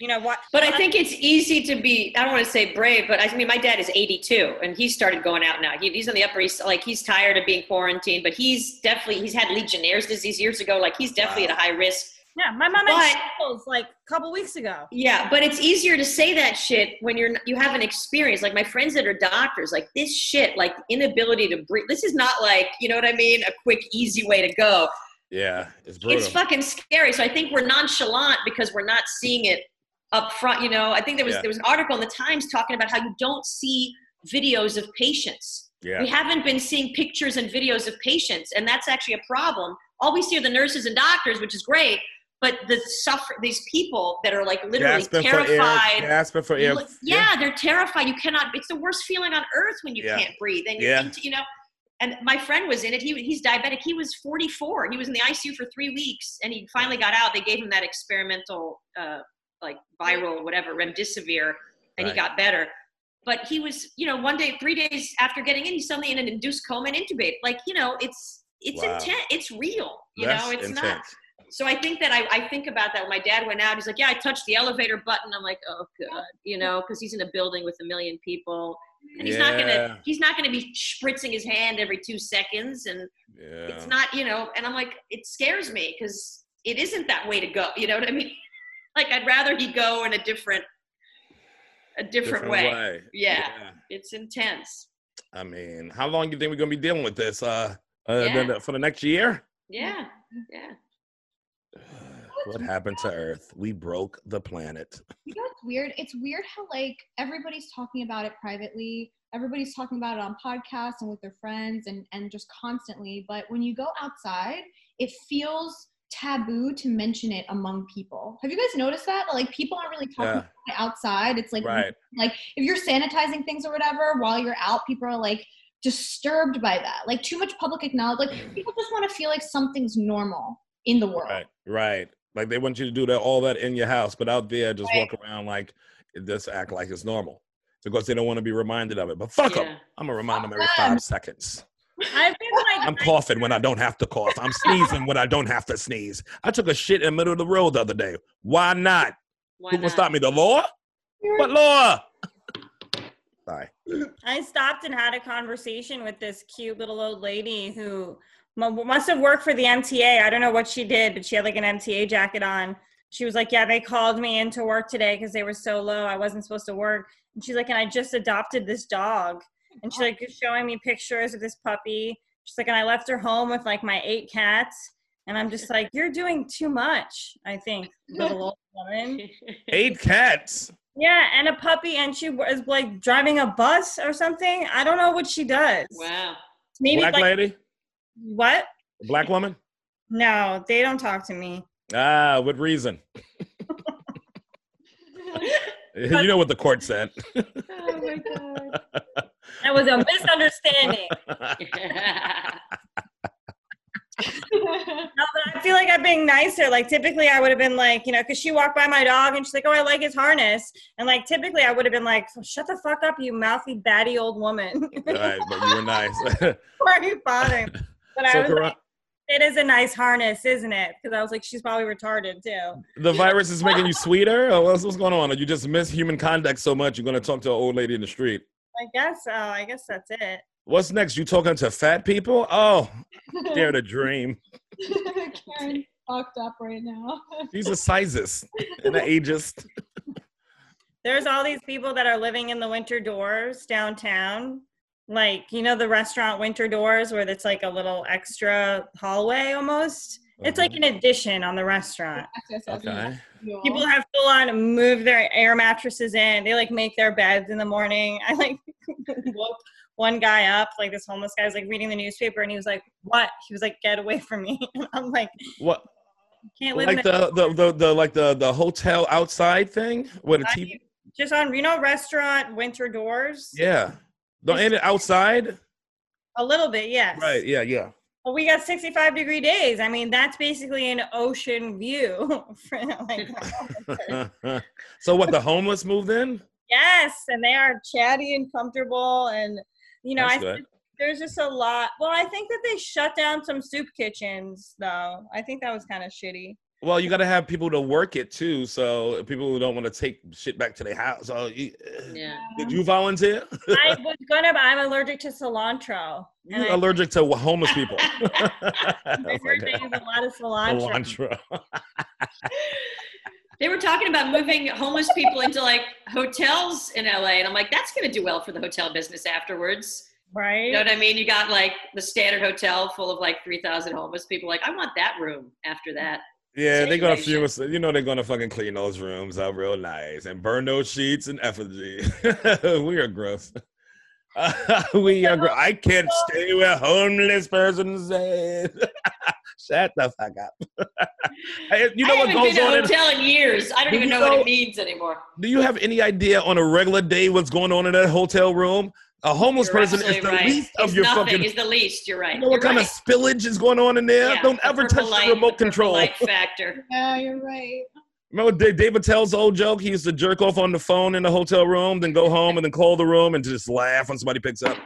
you know what But I think it's easy to be, I don't want to say brave, but I mean, my dad is 82 and he started going out now. He, he's on the upper east, like he's tired of being quarantined, but he's definitely, he's had Legionnaire's disease years ago. Like he's definitely at a high risk. yeah my mom had But- shingles like a couple weeks ago Yeah, but it's easier to say that shit when you're you have an experience. Like my friends that are doctors, like this shit, like inability to breathe. This is not like you know what I mean, a quick, easy way to go. Yeah, it's brutal. It's fucking scary. So I think we're nonchalant because we're not seeing it up front. You know, I think there was Yeah. there was an article in the Times talking about how you don't see videos of patients. yeah, We haven't been seeing pictures and videos of patients, and that's actually a problem. All we see are the nurses and doctors, which is great, but the suffer these people that are like literally Gasping for air, terrified. gasping for air. Li- yeah, they're terrified. You cannot. It's the worst feeling on earth when you Yeah. can't breathe. And you, Yeah. think, you know, and my friend was in it. He he's diabetic. He was 44. He was in the ICU for three weeks, and he finally got out. They gave him that experimental, uh, like viral whatever remdesivir, Right. and he got better. But he was, you know, one day, three days after getting in, he's suddenly in an induced coma and intubated. Like, you know, it's it's Wow. intense. It's real. You That's know, it's not. intense. So I think that I, I think about that when my dad went out. He's like, "Yeah, I touched the elevator button." I'm like, "Oh god," you know, because he's in a building with a million people, and he's not Yeah. gonna he's not gonna be spritzing his hand every two seconds, and Yeah. it's not you know. And I'm like, it scares me because it isn't that way to go. (laughs) You know what I mean? like I'd rather he go in a different a different, way. Yeah. It's intense. I mean, how long you think we're gonna be dealing with this? Uh, uh Yeah. then the- for the next year? Yeah, yeah. What happened to Earth? We broke the planet. You know what's weird? It's weird how like everybody's talking about it privately. Everybody's talking about it on podcasts and with their friends and and just constantly. But when you go outside, it feels taboo to mention it among people. Have you guys noticed that? Like people aren't really talking Yeah, about it outside. It's like right. like if you're sanitizing things or whatever while you're out, people are like disturbed by that. Like too much public acknowledgement. Like people just want to feel like something's normal in the world. Mm. Right, right. Like they want you to do that all that in your house, but out there just Right. walk around like just act like it's normal because they don't want to be reminded of it. But fuck 'em. Yeah. I'm gonna remind them every Fuck 'em. five seconds. i've been like I'm coughing when I don't have to cough. I'm sneezing when I don't have to sneeze. I took a shit in the middle of the road the other day. Why not? Why Who gonna not? stop me? The law? What law? Sorry. I stopped and had a conversation with this cute little old lady who mu- must have worked for the MTA. I don't know what she did, but she had like an MTA jacket on. She was like, "Yeah, they called me into work today because they were so low. I wasn't supposed to work." And she's like, "And I just adopted this dog." And she's like, just showing me pictures of this puppy. She's like, "And I left her home with like my eight cats." And I'm just like, "You're doing too much." I think little old woman. Eight cats. Yeah, and a puppy, and she was like driving a bus or something. I don't know what she does. wow. (laughs) Maybe Black like lady? what? Black woman? No, they don't talk to me. Ah, what (laughs) reason? you know what the court said. (laughs) Oh my god. That was a misunderstanding. (laughs) No, but I feel like I'm being nicer. Like typically, I would have been like, you know, because she walked by my dog and she's like, "Oh, I like his harness," and like typically, I would have been like, "Shut the fuck up, you mouthy, batty old woman." (laughs) All right, but you were nice. (laughs) so, Why are you bothering? (laughs) me? But I was Karan, like, "It is a nice harness, isn't it?" Because I was like, "She's probably retarded too." the virus is making you sweeter? Or what's, what's going on? You just miss human contact so much, you're going to talk to an old lady in the street. I guess so. I guess that's it. What's next? You talking to fat people? Oh, dare to dream. (laughs) Karen. fucked up right now. (laughs) She's a sizist and an ageist. There's all these people that are living in the winter doors downtown. Like, you know, the restaurant winter doors where it's like a little extra hallway almost. It's Mm-hmm. like an addition on the restaurant. Yes, yes, yes, yes, Okay. y'all. People have full on move their air mattresses in. They like make their beds in the morning. (laughs) I like woke one guy up, like this homeless guy was like reading the newspaper and he was like, What? He was like, Get away from me. (laughs) I'm like, What "You Can't live like in a- the, the the the like the the hotel outside thing with a I TV? mean, just on you know restaurant winter doors Yeah. No, and it outside. a little bit yes Right. Yeah. Yeah. but we got 65 degree days i mean that's basically an ocean view (laughs) for, (laughs) like, so what? The homeless moved in. yes and they are chatty and comfortable and you know That's i think good. there's just a lot well i think that they shut down some soup kitchens though i think that was kind (laughs) of shitty Well, you got to have people to work it too. So people who don't want to take shit back to their house. So you, Yeah. did you volunteer? i was gonna but i'm allergic to cilantro and You're I- allergic to homeless (laughs) people. (laughs) my That's like birthday is a lot of cilantro. cilantro. They were talking about moving homeless people into like hotels in LA, and I'm like, that's gonna do well for the hotel business afterwards. right You know what I mean? You got like the standard hotel full of like 3,000 homeless people. Like, I want that room after that. Yeah, they're gonna fume. Situation. us- You know, they're gonna fucking clean those rooms out real nice and burn those sheets in effigy. (laughs) we are gross. (laughs) we are. Gro- I can't stay with homeless persons. eh. (laughs) Shut the fuck up. (laughs) Hey, you know I what haven't goes been on? to a In, hotel in years. I don't Do even you know, what know- it means anymore. do you have any idea on a regular day what's going on in that hotel room? A homeless You're person is the absolutely right. least of It's your nothing fucking. is the least. You're right. You know what You're kind right. of spillage is going on in there? Yeah, Don't ever the purple touch light- the remote purple control. light factor. yeah, you're right. Remember Da- Dave Attell's old joke? He used to jerk off on the phone in the hotel room, then go home and then call the room and just laugh when somebody picks up.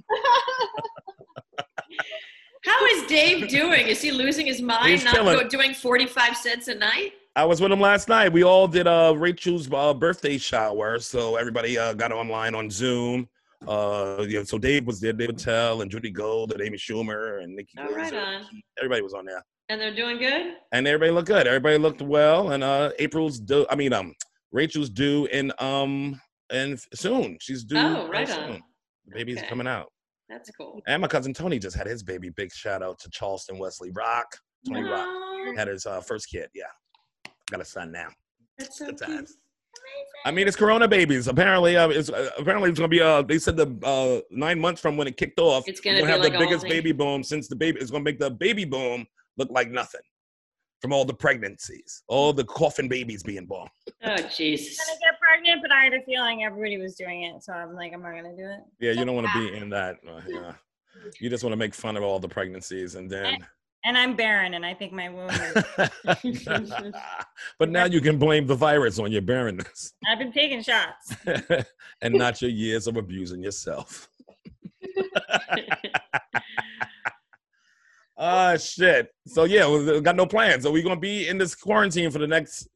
How is (laughs) Dave doing? Is he losing his mind? He's not chilling. go, doing 45 cents a night? I was with him last night. We all did uh, Rachel's uh, birthday shower, so everybody uh, got online on Zoom. Uh, yeah, so Dave was there, Dave Attell and Judy Gold and Amy Schumer and Nikki. Oh, right Glaser. on. Everybody was on there. And they're doing good? and everybody looked good. Everybody looked well, and uh, April's due. I mean, um, Rachel's due in um and soon she's due. Oh, very right on. soon. The baby's Okay. coming out, That's cool. and my cousin Tony just had his baby. Big shout out to Charleston Wesley Rock. Tony Rock Aw, had his uh, first kid. Yeah, got a son now. that's so Good cute. times. Amazing. I mean, it's Corona babies. Apparently, uh, it's uh, apparently it's gonna be. Uh, they said the uh, nine months from when it kicked off, It's gonna we're be have like a the whole biggest thing. baby boom since the baby. It's gonna make the baby boom look like nothing from all the pregnancies, all the coffin babies being born. Oh, Jesus. gonna get pregnant, but I had a feeling everybody was doing it, so I'm like, I'm not gonna do it. Yeah, you don't want to be in that. uh, yeah. You just want to make fun of all the pregnancies, and then. And I'm barren, and I think my womb. Is, (laughs) but now you can blame the virus on your barrenness (laughs) I've been taking shots. and not your years of abusing yourself. (laughs) Ah, shit. So yeah, we got no plans. Are we gonna be in this quarantine for the next?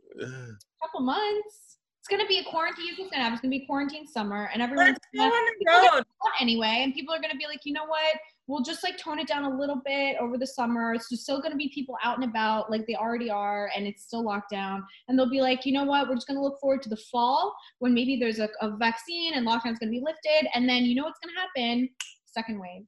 couple months. It's gonna be a quarantine. It's gonna happen. It's gonna be quarantine summer, and everyone's Let's go on the people are road. gonna go out anyway. And people are gonna be like, you know what? We'll just like tone it down a little bit over the summer. It's just still gonna be people out and about, like they already are, and it's still locked down. And they'll be like, you know what? We're just gonna look forward to the fall when maybe there's a, a vaccine and lockdown's gonna be lifted. And then you know what's gonna happen? Second wave.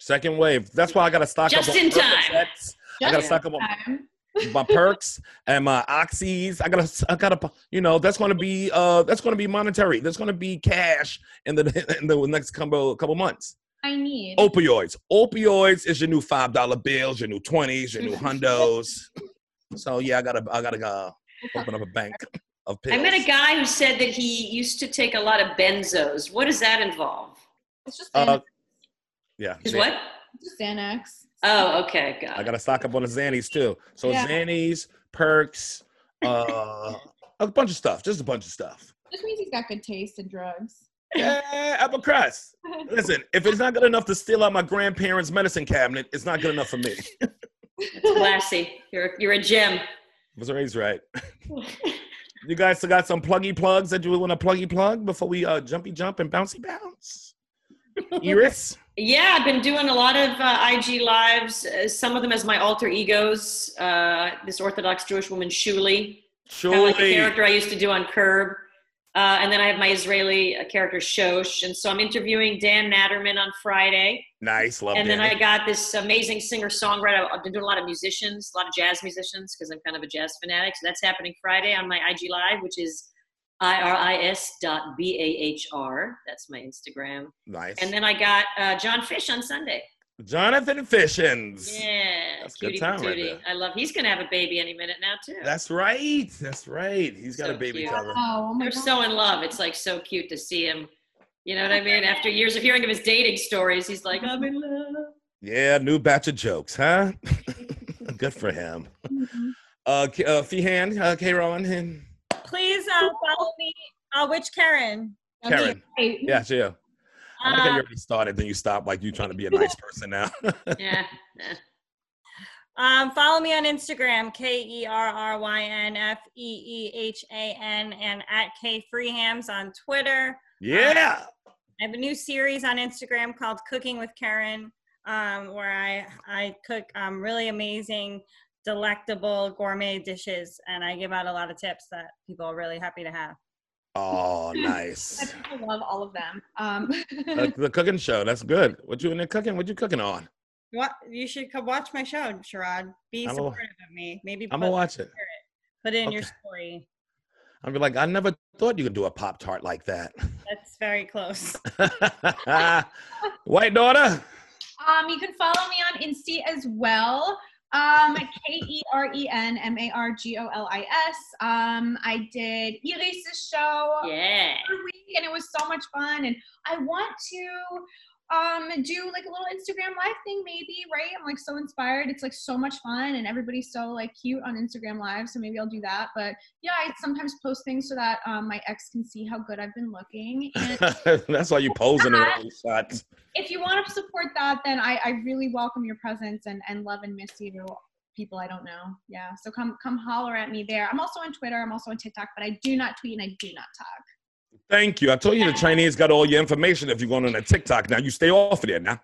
Second wave. That's why I gotta stock Just up. on in time. Percocets. I gotta Just stock up on time. my perks and my oxys. I gotta, I gotta, you know, that's gonna be, uh, that's gonna be monetary. That's gonna be cash in the (laughs) in the next couple couple months. I need. Oh. Opioids. Opioids is your new five dollar bills, your new twenties, your new hundos. So yeah, I gotta, I gotta uh, open up a bank of I pills. met a guy who said that he used to take a lot of benzos. What does that involve? It's just Xanax. Uh, yeah. His Xan- what? Just Xanax. Oh, okay. Got I it. gotta stock up on the Xannies too. So Yeah. Xannies, perks, uh, a bunch of stuff. Just a bunch of stuff. Just means he's got good taste in drugs. Yeah, apple crust. Listen, if it's not good enough to steal out my grandparents' medicine cabinet, it's not good enough for me. Classy. You're, you're a gem. Was raised (laughs) right. You guys (laughs) still got some pluggy plugs that you want to pluggy plug before we uh, jumpy jump and bouncy bounce? Iris. Yeah, I've been doing a lot of uh, IG lives. Uh, some of them as my alter egos. Uh, this Orthodox Jewish woman Shuli, kind of like a Surely. character I used to do on Curb. Uh, and then I have my Israeli uh, character Shosh, and so I'm interviewing Dan Natterman on Friday. Nice. Love and Dan. then I got this amazing singer-songwriter. I've been doing a lot of musicians, a lot of jazz musicians, because I'm kind of a jazz fanatic. So that's happening Friday on my IG live, which is iris dot b a h r. That's my Instagram. nice. And then I got uh, John Fish on Sunday. Jonathan Fishins. Yeah, That's good cutie time right patootie. there. I love. He's gonna have a baby any minute now too. That's right. That's right. He's got So a baby cute. coming. Oh, oh my They're God. so in love. It's like so cute to see him. You know what I mean? After years of hearing of his dating stories, he's like, I'm in love. Yeah, new batch of jokes, huh? (laughs) Good for him. Uh, K- uh Fihan, uh, K. Rowan, and Please um, follow me. Uh, which Karen? Oh, Karen. Right. Yeah, yeah. I like how you Uh, already started, then you stopped. Like you trying to be a nice person now. (laughs) Yeah. um, follow me on Instagram, K E R R Y N F E E H A N, and at K Freehams on Twitter. yeah. I have a new series on Instagram called Cooking with Karen, um, where I I cook um, really amazing, delectable gourmet dishes, and I give out a lot of tips that people are really happy to have. (laughs) Oh, I nice. think I love all of them. Um, (laughs) Uh, the cooking show. That's good. What you in there cooking? What you cooking on? What you should come watch my show, Sherrod. Be I'm a- supportive of me. Maybe I'm put, gonna watch it. put it in your okay. story. I'll be like, I never thought you could do a pop tart like That's very close. that. (laughs) White daughter. (laughs) Um, you can follow me on Insta as well. Um, K E R E N M A R G O L I S. Um, I did Iris's show Yeah. the other week, and it was so much fun. And I want to um do like a little Instagram live thing, maybe. Right? I'm like so inspired. It's like so much fun, and everybody's so like cute on Instagram live. So maybe I'll do that. But yeah, I sometimes post things so that um, my ex can see how good I've been looking. And (laughs) That's why you posing in all these shots. if you want to support that, then I, I really welcome your presence and, and love and miss you, people I don't know. Yeah. So come come holler at me there. I'm also on Twitter. I'm also on TikTok, but I do not tweet and I do not talk. Thank you. I told you the Chinese got all your information if you're going on a TikTok. Now you stay off of there now.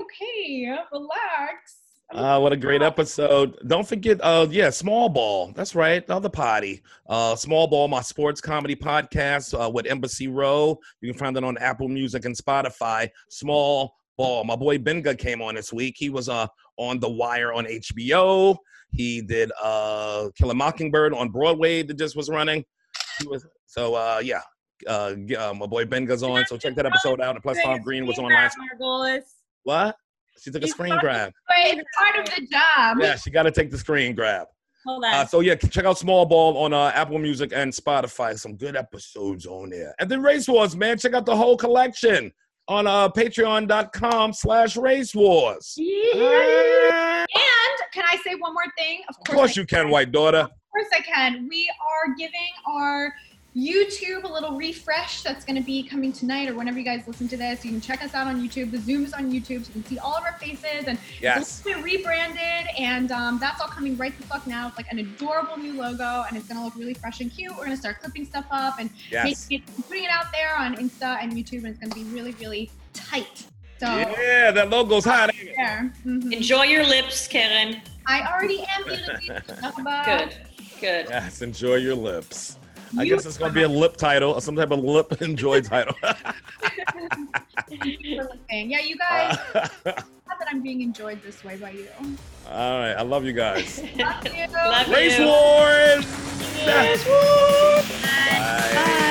Okay, okay. Relax. Uh, what a great episode. Don't forget, uh, yeah, Small Ball. That's right. The other potty. Uh, Small Ball, my sports comedy podcast uh, with Embassy Row. You can find it on Apple Music and Spotify. Small Ball. My boy Benga came on this week. He was uh, on The Wire on HBO. He did uh, Kill a Mockingbird on Broadway that just was running. He was, so, uh, yeah. Uh, g- uh, my boy Benga's on. So check that episode out. And plus, Tom Green was on last. Margolis. What? She took a You screen fucking- grab. But it's part of the job. Yeah, she got to take the screen grab. Hold Uh, on. so yeah, check out Small Ball on uh, Apple Music and Spotify. Some good episodes on there. And then Race Wars, man, check out the whole collection on uh, Patreon.com/slash Race Wars. Uh, And can I say one more thing? Of of course, course I, you can, White Daughter. of course I can. We are giving our YouTube a little refresh that's going to be coming tonight or whenever you guys listen to this. You can check us out on YouTube. The Zoom is on YouTube, so you can see all of our faces and Yes. We rebranded, and um, that's all coming right the fuck now. It's like an adorable new logo, and it's gonna look really fresh and cute. We're gonna start clipping stuff up and Yes. making it, putting it out there on Insta and YouTube, and it's gonna be really, really tight. So Yeah, that logo's hot. ain't it? there. Mhm. Enjoy your lips, Karen. I already (laughs) am muted. Enough about- Good. Good. Yes, enjoy your lips. I You- guess it's gonna be a lip title or some type of lip (laughs) enjoy title. Thank you for listening. Yeah, you guys. Uh, glad that I'm being enjoyed this way by you. all right, I love you guys. Love you. Love Race you. Wars. Race Wars. Bye.